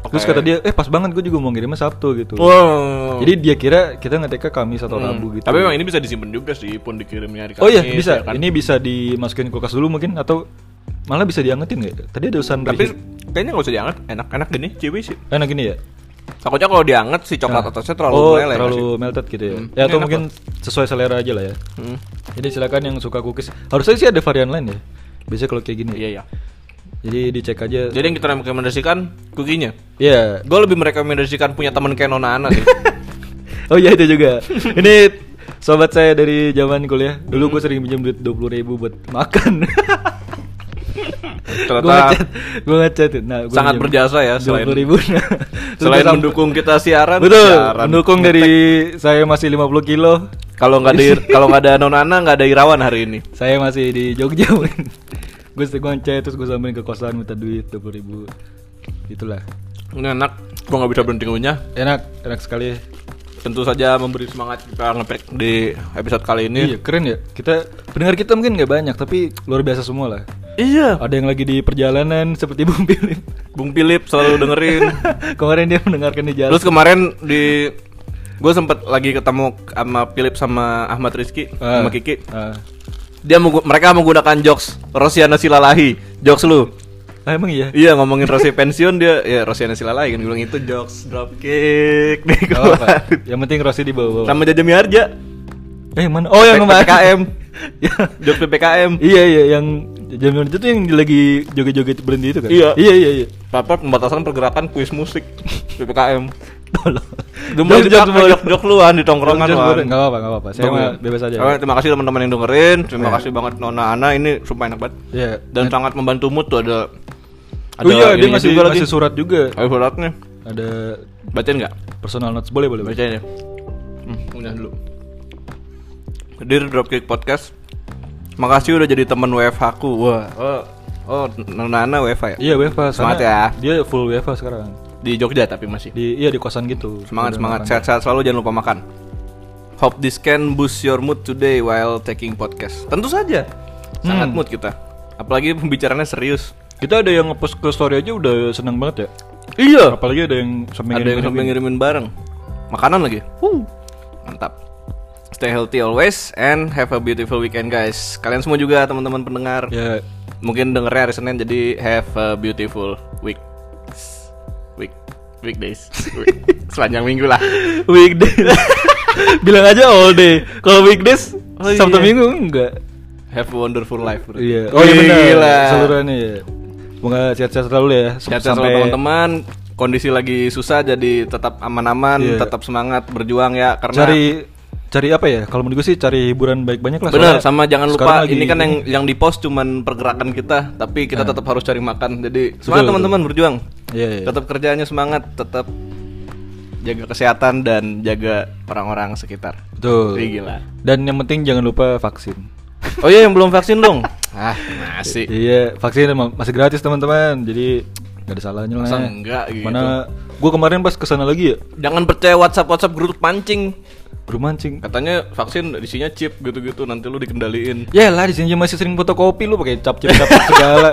S2: terus
S1: Oke. Oh.
S2: kata dia eh pas banget gue juga mau ngirimnya Sabtu gitu
S1: Wow. Hmm.
S2: jadi dia kira kita ngetek ke Kamis atau Rabu gitu
S1: Tapi memang ini bisa disimpan juga sih, pun dikirimnya hari
S2: oh iya
S1: Kamis,
S2: bisa
S1: ya kan?
S2: ini bisa dimasukin kulkas dulu mungkin atau malah bisa diangetin nggak tadi ada urusan
S1: Tapi
S2: dari-
S1: kayaknya nggak usah dianget, enak-enak gini, ciwi sih.
S2: enak gini ya
S1: Takutnya kalau dianget si coklat
S2: Nah.
S1: atasnya terlalu
S2: oh,
S1: meleleh.
S2: terlalu
S1: nggak
S2: melted gitu ya.
S1: Hmm.
S2: Ya atau
S1: Ini
S2: mungkin sesuai selera aja lah ya.
S1: sih? Hmm.
S2: Jadi silakan yang suka cookies. Harusnya sih ada varian lain ya. Biasanya kalau kayak gini.
S1: Iya iya.
S2: Jadi dicek aja.
S1: Jadi yang kita rekomendasikan kukinya.
S2: Iya.
S1: Gue lebih merekomendasikan punya teman kayak Nona Ana sih.
S2: Oh iya itu juga. Ini sobat saya dari zaman kuliah. Dulu
S1: Hmm.
S2: gue sering pinjam duit 20.000 ribu buat makan. gue
S1: Ternyata
S2: ngechat, gue ngechat. Nah, gua
S1: sangat
S2: pinjam
S1: berjasa ya selain
S2: 20.000 ribu.
S1: selain mendukung kita siaran.
S2: Betul.
S1: siaran.
S2: Mendukung dari saya masih 50 kilo.
S1: Kalau nggak ada kalau nggak ada Nonana nggak ada Irawan hari ini.
S2: Saya masih di Jogja Gue gue ngechat terus gue samperin ke kosan minta duit 20.000 ribu Itulah
S1: Ini enak, gua nggak bisa berhenti ngunyah.
S2: Enak, enak sekali
S1: Tentu saja memberi semangat kita ngepack di episode kali ini.
S2: Iya keren ya Kita, pendengar kita mungkin gak banyak Tapi luar biasa semua lah
S1: Iya.
S2: Ada yang lagi di perjalanan seperti Bung Philip
S1: Bung Philip selalu dengerin.
S2: Kemarin dia mendengarkan di jalan
S1: Terus kemarin di gue sempet lagi ketemu sama Philip sama Ahmad Rizky
S2: Ah,
S1: sama Kiki.
S2: ah.
S1: Dia menggu- mereka menggunakan jokes Rosiana Silalahi, jokes lu.
S2: Nah, emang iya.
S1: Iya ngomongin Rossi pensiun dia ya Rossi Anasilala kan gue bilang itu jokes dropkick nih
S2: Gak apa-apa. Yang penting Rossi di bawah-bawah.
S1: sama Jaja Miharja
S2: Eh, yang mana? Oh, yang kemarin.
S1: PPKM
S2: Ya.
S1: jokes PPKM
S2: iya, iya, yang jam itu tuh yang lagi joget-joget berhenti itu kan?
S1: Iya.
S2: Iya, iya, iya.
S1: apa pembatasan pergerakan kuis musik PPKM
S2: Tolong.
S1: Itu mulai
S2: Jokes-jokes
S1: dipakai jok-jok luan di tongkrongan kan, Wan.
S2: Jokes
S1: ya?
S2: boleh. Nggak apa-apa, nggak apa-apa. Saya
S1: Bagus.
S2: mah bebas aja.
S1: Oke, terima kasih teman-teman yang dengerin. Terima kasih banget Nona Ana ini sumpah enak banget.
S2: Iya.
S1: Dan sangat membantu mood tuh ada
S2: Oh iya, dia
S1: ininya
S2: masih
S1: juga
S2: masih surat juga.
S1: Ayo suratnya.
S2: Ada
S1: Bacain enggak?
S2: personal notes boleh boleh. boleh.
S1: Bacain ya. Hmm, punya dulu. Dear Dropkick Podcast. Makasih udah jadi teman WFH ku. Wah. Oh, oh Nona Ana WFH ya?
S2: Iya WFA
S1: Semangat
S2: sana
S1: ya.
S2: Dia full WFA sekarang.
S1: Di Jogja tapi masih.
S2: Di iya di kosan gitu.
S1: Semangat,
S2: Udah
S1: semangat.
S2: makan.
S1: Sehat-sehat selalu, jangan lupa makan. Hope this can boost your mood today while taking podcast. Tentu saja,
S2: Hmm.
S1: sangat mood kita. Apalagi pembicaraannya serius.
S2: Kita ada yang ngepost ke story aja udah seneng banget ya.
S1: Iya.
S2: Apalagi ada yang sampai
S1: Ada yang
S2: ngirim-ngirim.
S1: sampai ngirimin bareng. Makanan lagi. Huh. Mantap. Stay healthy always and have a beautiful weekend guys. Kalian semua juga teman-teman pendengar.
S2: Ya,
S1: Mungkin dengernya hari Senin jadi have a beautiful week. Week weekdays. Week. Sepanjang minggu lah.
S2: weekdays. Bilang aja all day. Kalau weekdays
S1: Oh,
S2: Sabtu
S1: iya.
S2: Minggu enggak.
S1: Have a wonderful life. bro.
S2: Iya. Oh iya
S1: Wih,
S2: benar.
S1: gila.
S2: Seluruhnya ya. Semoga sehat-sehat selalu ya. Sem-
S1: Sehat selalu teman-teman. Kondisi lagi susah jadi tetap aman-aman,
S2: Iya.
S1: tetap semangat berjuang ya karena
S2: Cari cari apa ya? Kalau menurut gue sih cari hiburan baik-banyak lah.
S1: benar
S2: soalnya
S1: sama jangan lupa
S2: sekarang lagi Iya.
S1: ini kan yang yang di post cuman pergerakan kita, tapi kita tetap harus cari makan. Jadi semangat
S2: Betul,
S1: teman-teman berjuang.
S2: Iya, iya.
S1: Tetap kerjaannya semangat, tetap jaga kesehatan dan jaga orang-orang sekitar.
S2: Betul.
S1: Wih, gila.
S2: Dan yang penting jangan lupa vaksin.
S1: Oh iya yang belum vaksin dong. ah, masih.
S2: Iya, vaksin emang masih gratis teman-teman. Jadi nggak ada salahnya lah.
S1: Masa enggak gitu.
S2: Mana gue kemarin pas kesana lagi ya,
S1: Jangan percaya WhatsApp WhatsApp grup pancing.
S2: bermancing.
S1: Katanya vaksin isinya chip gitu-gitu nanti lu dikendaliin.
S2: Ya lah di sini masih sering fotokopi lu pakai cap cap cap segala.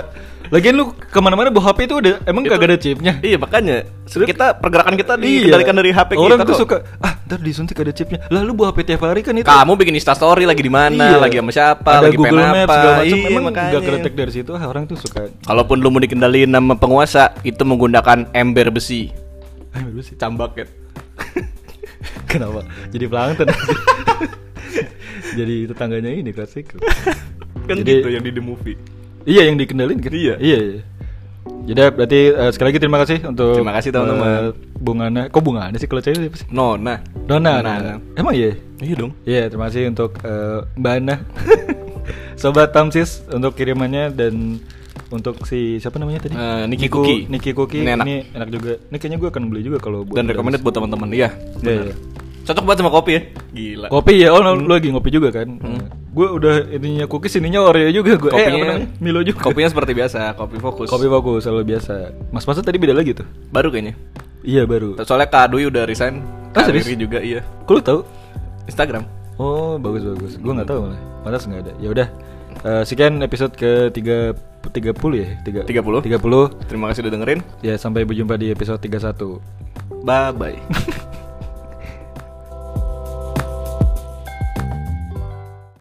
S2: Lagian lu kemana-mana bawa HP itu udah emang kagak ada chipnya.
S1: Iya makanya kita pergerakan kita
S2: Iya.
S1: dikendalikan dari HP kita
S2: Orang tuh
S1: kok.
S2: suka ah ntar disuntik ada chipnya. Lah lu bawa HP tiap hari kan itu.
S1: Kamu bikin instastory lagi di mana,
S2: Iya.
S1: lagi sama siapa,
S2: ada
S1: lagi
S2: Google
S1: pengen
S2: Maps
S1: apa.
S2: segala macam.
S1: Iya,
S2: emang
S1: makanya.
S2: nggak kedetek dari situ ah, orang tuh suka.
S1: Kalaupun lu mau dikendaliin sama penguasa, itu menggunakan ember besi.
S2: Ah, baru sih.
S1: Cambak ya.
S2: Kenapa? Jadi pelangton. Jadi tetangganya ini klasik.
S1: Kan
S2: Jadi-
S1: gitu yang di the movie.
S2: Iya yang dikendalin kan?
S1: Iya.
S2: Iya. iya. Jadi berarti eh, sekali lagi terima kasih untuk
S1: Terima kasih, teman-teman.
S2: eh, Bung Ana. Kok Bung Ana sih kalau cewek siapa sih?
S1: No, nah.
S2: Dona.
S1: Nona.
S2: Emang iya.
S1: Iya dong.
S2: Iya, terima kasih untuk eh, Mbak Ana. Sobat Tamsis untuk kirimannya dan untuk si siapa namanya tadi?
S1: Eh, Niki
S2: Niku-
S1: Kuki.
S2: Niki Kuki.
S1: Ini
S2: Ini
S1: enak.
S2: enak. juga. Ini kayaknya gue akan beli juga kalau buat.
S1: Dan recommended buat teman-teman. Iya.
S2: Iya, iya.
S1: Cocok banget sama kopi ya. Gila.
S2: Kopi ya, oh lo lo lagi ngopi juga kan? Gue udah ininya cookies, ininya Oreo juga gue. Eh, apa namanya? Milo juga.
S1: Kopinya seperti biasa, kopi fokus.
S2: Kopi bagus selalu biasa. Mas Mas tadi beda lagi tuh.
S1: Baru kayaknya.
S2: Iya baru.
S1: Soalnya Kak Dwi udah resign.
S2: Ah,
S1: Kak
S2: serius?
S1: Riri juga iya.
S2: Kok lu tahu?
S1: Instagram.
S2: Oh bagus bagus. Gue nggak tahu malah. Pantas nggak ada. Ya udah. Eh, sekian episode ke tiga tiga puluh ya tiga
S1: 30.
S2: tiga puluh.
S1: Terima kasih udah dengerin.
S2: Ya sampai berjumpa di episode 31
S1: Bye bye.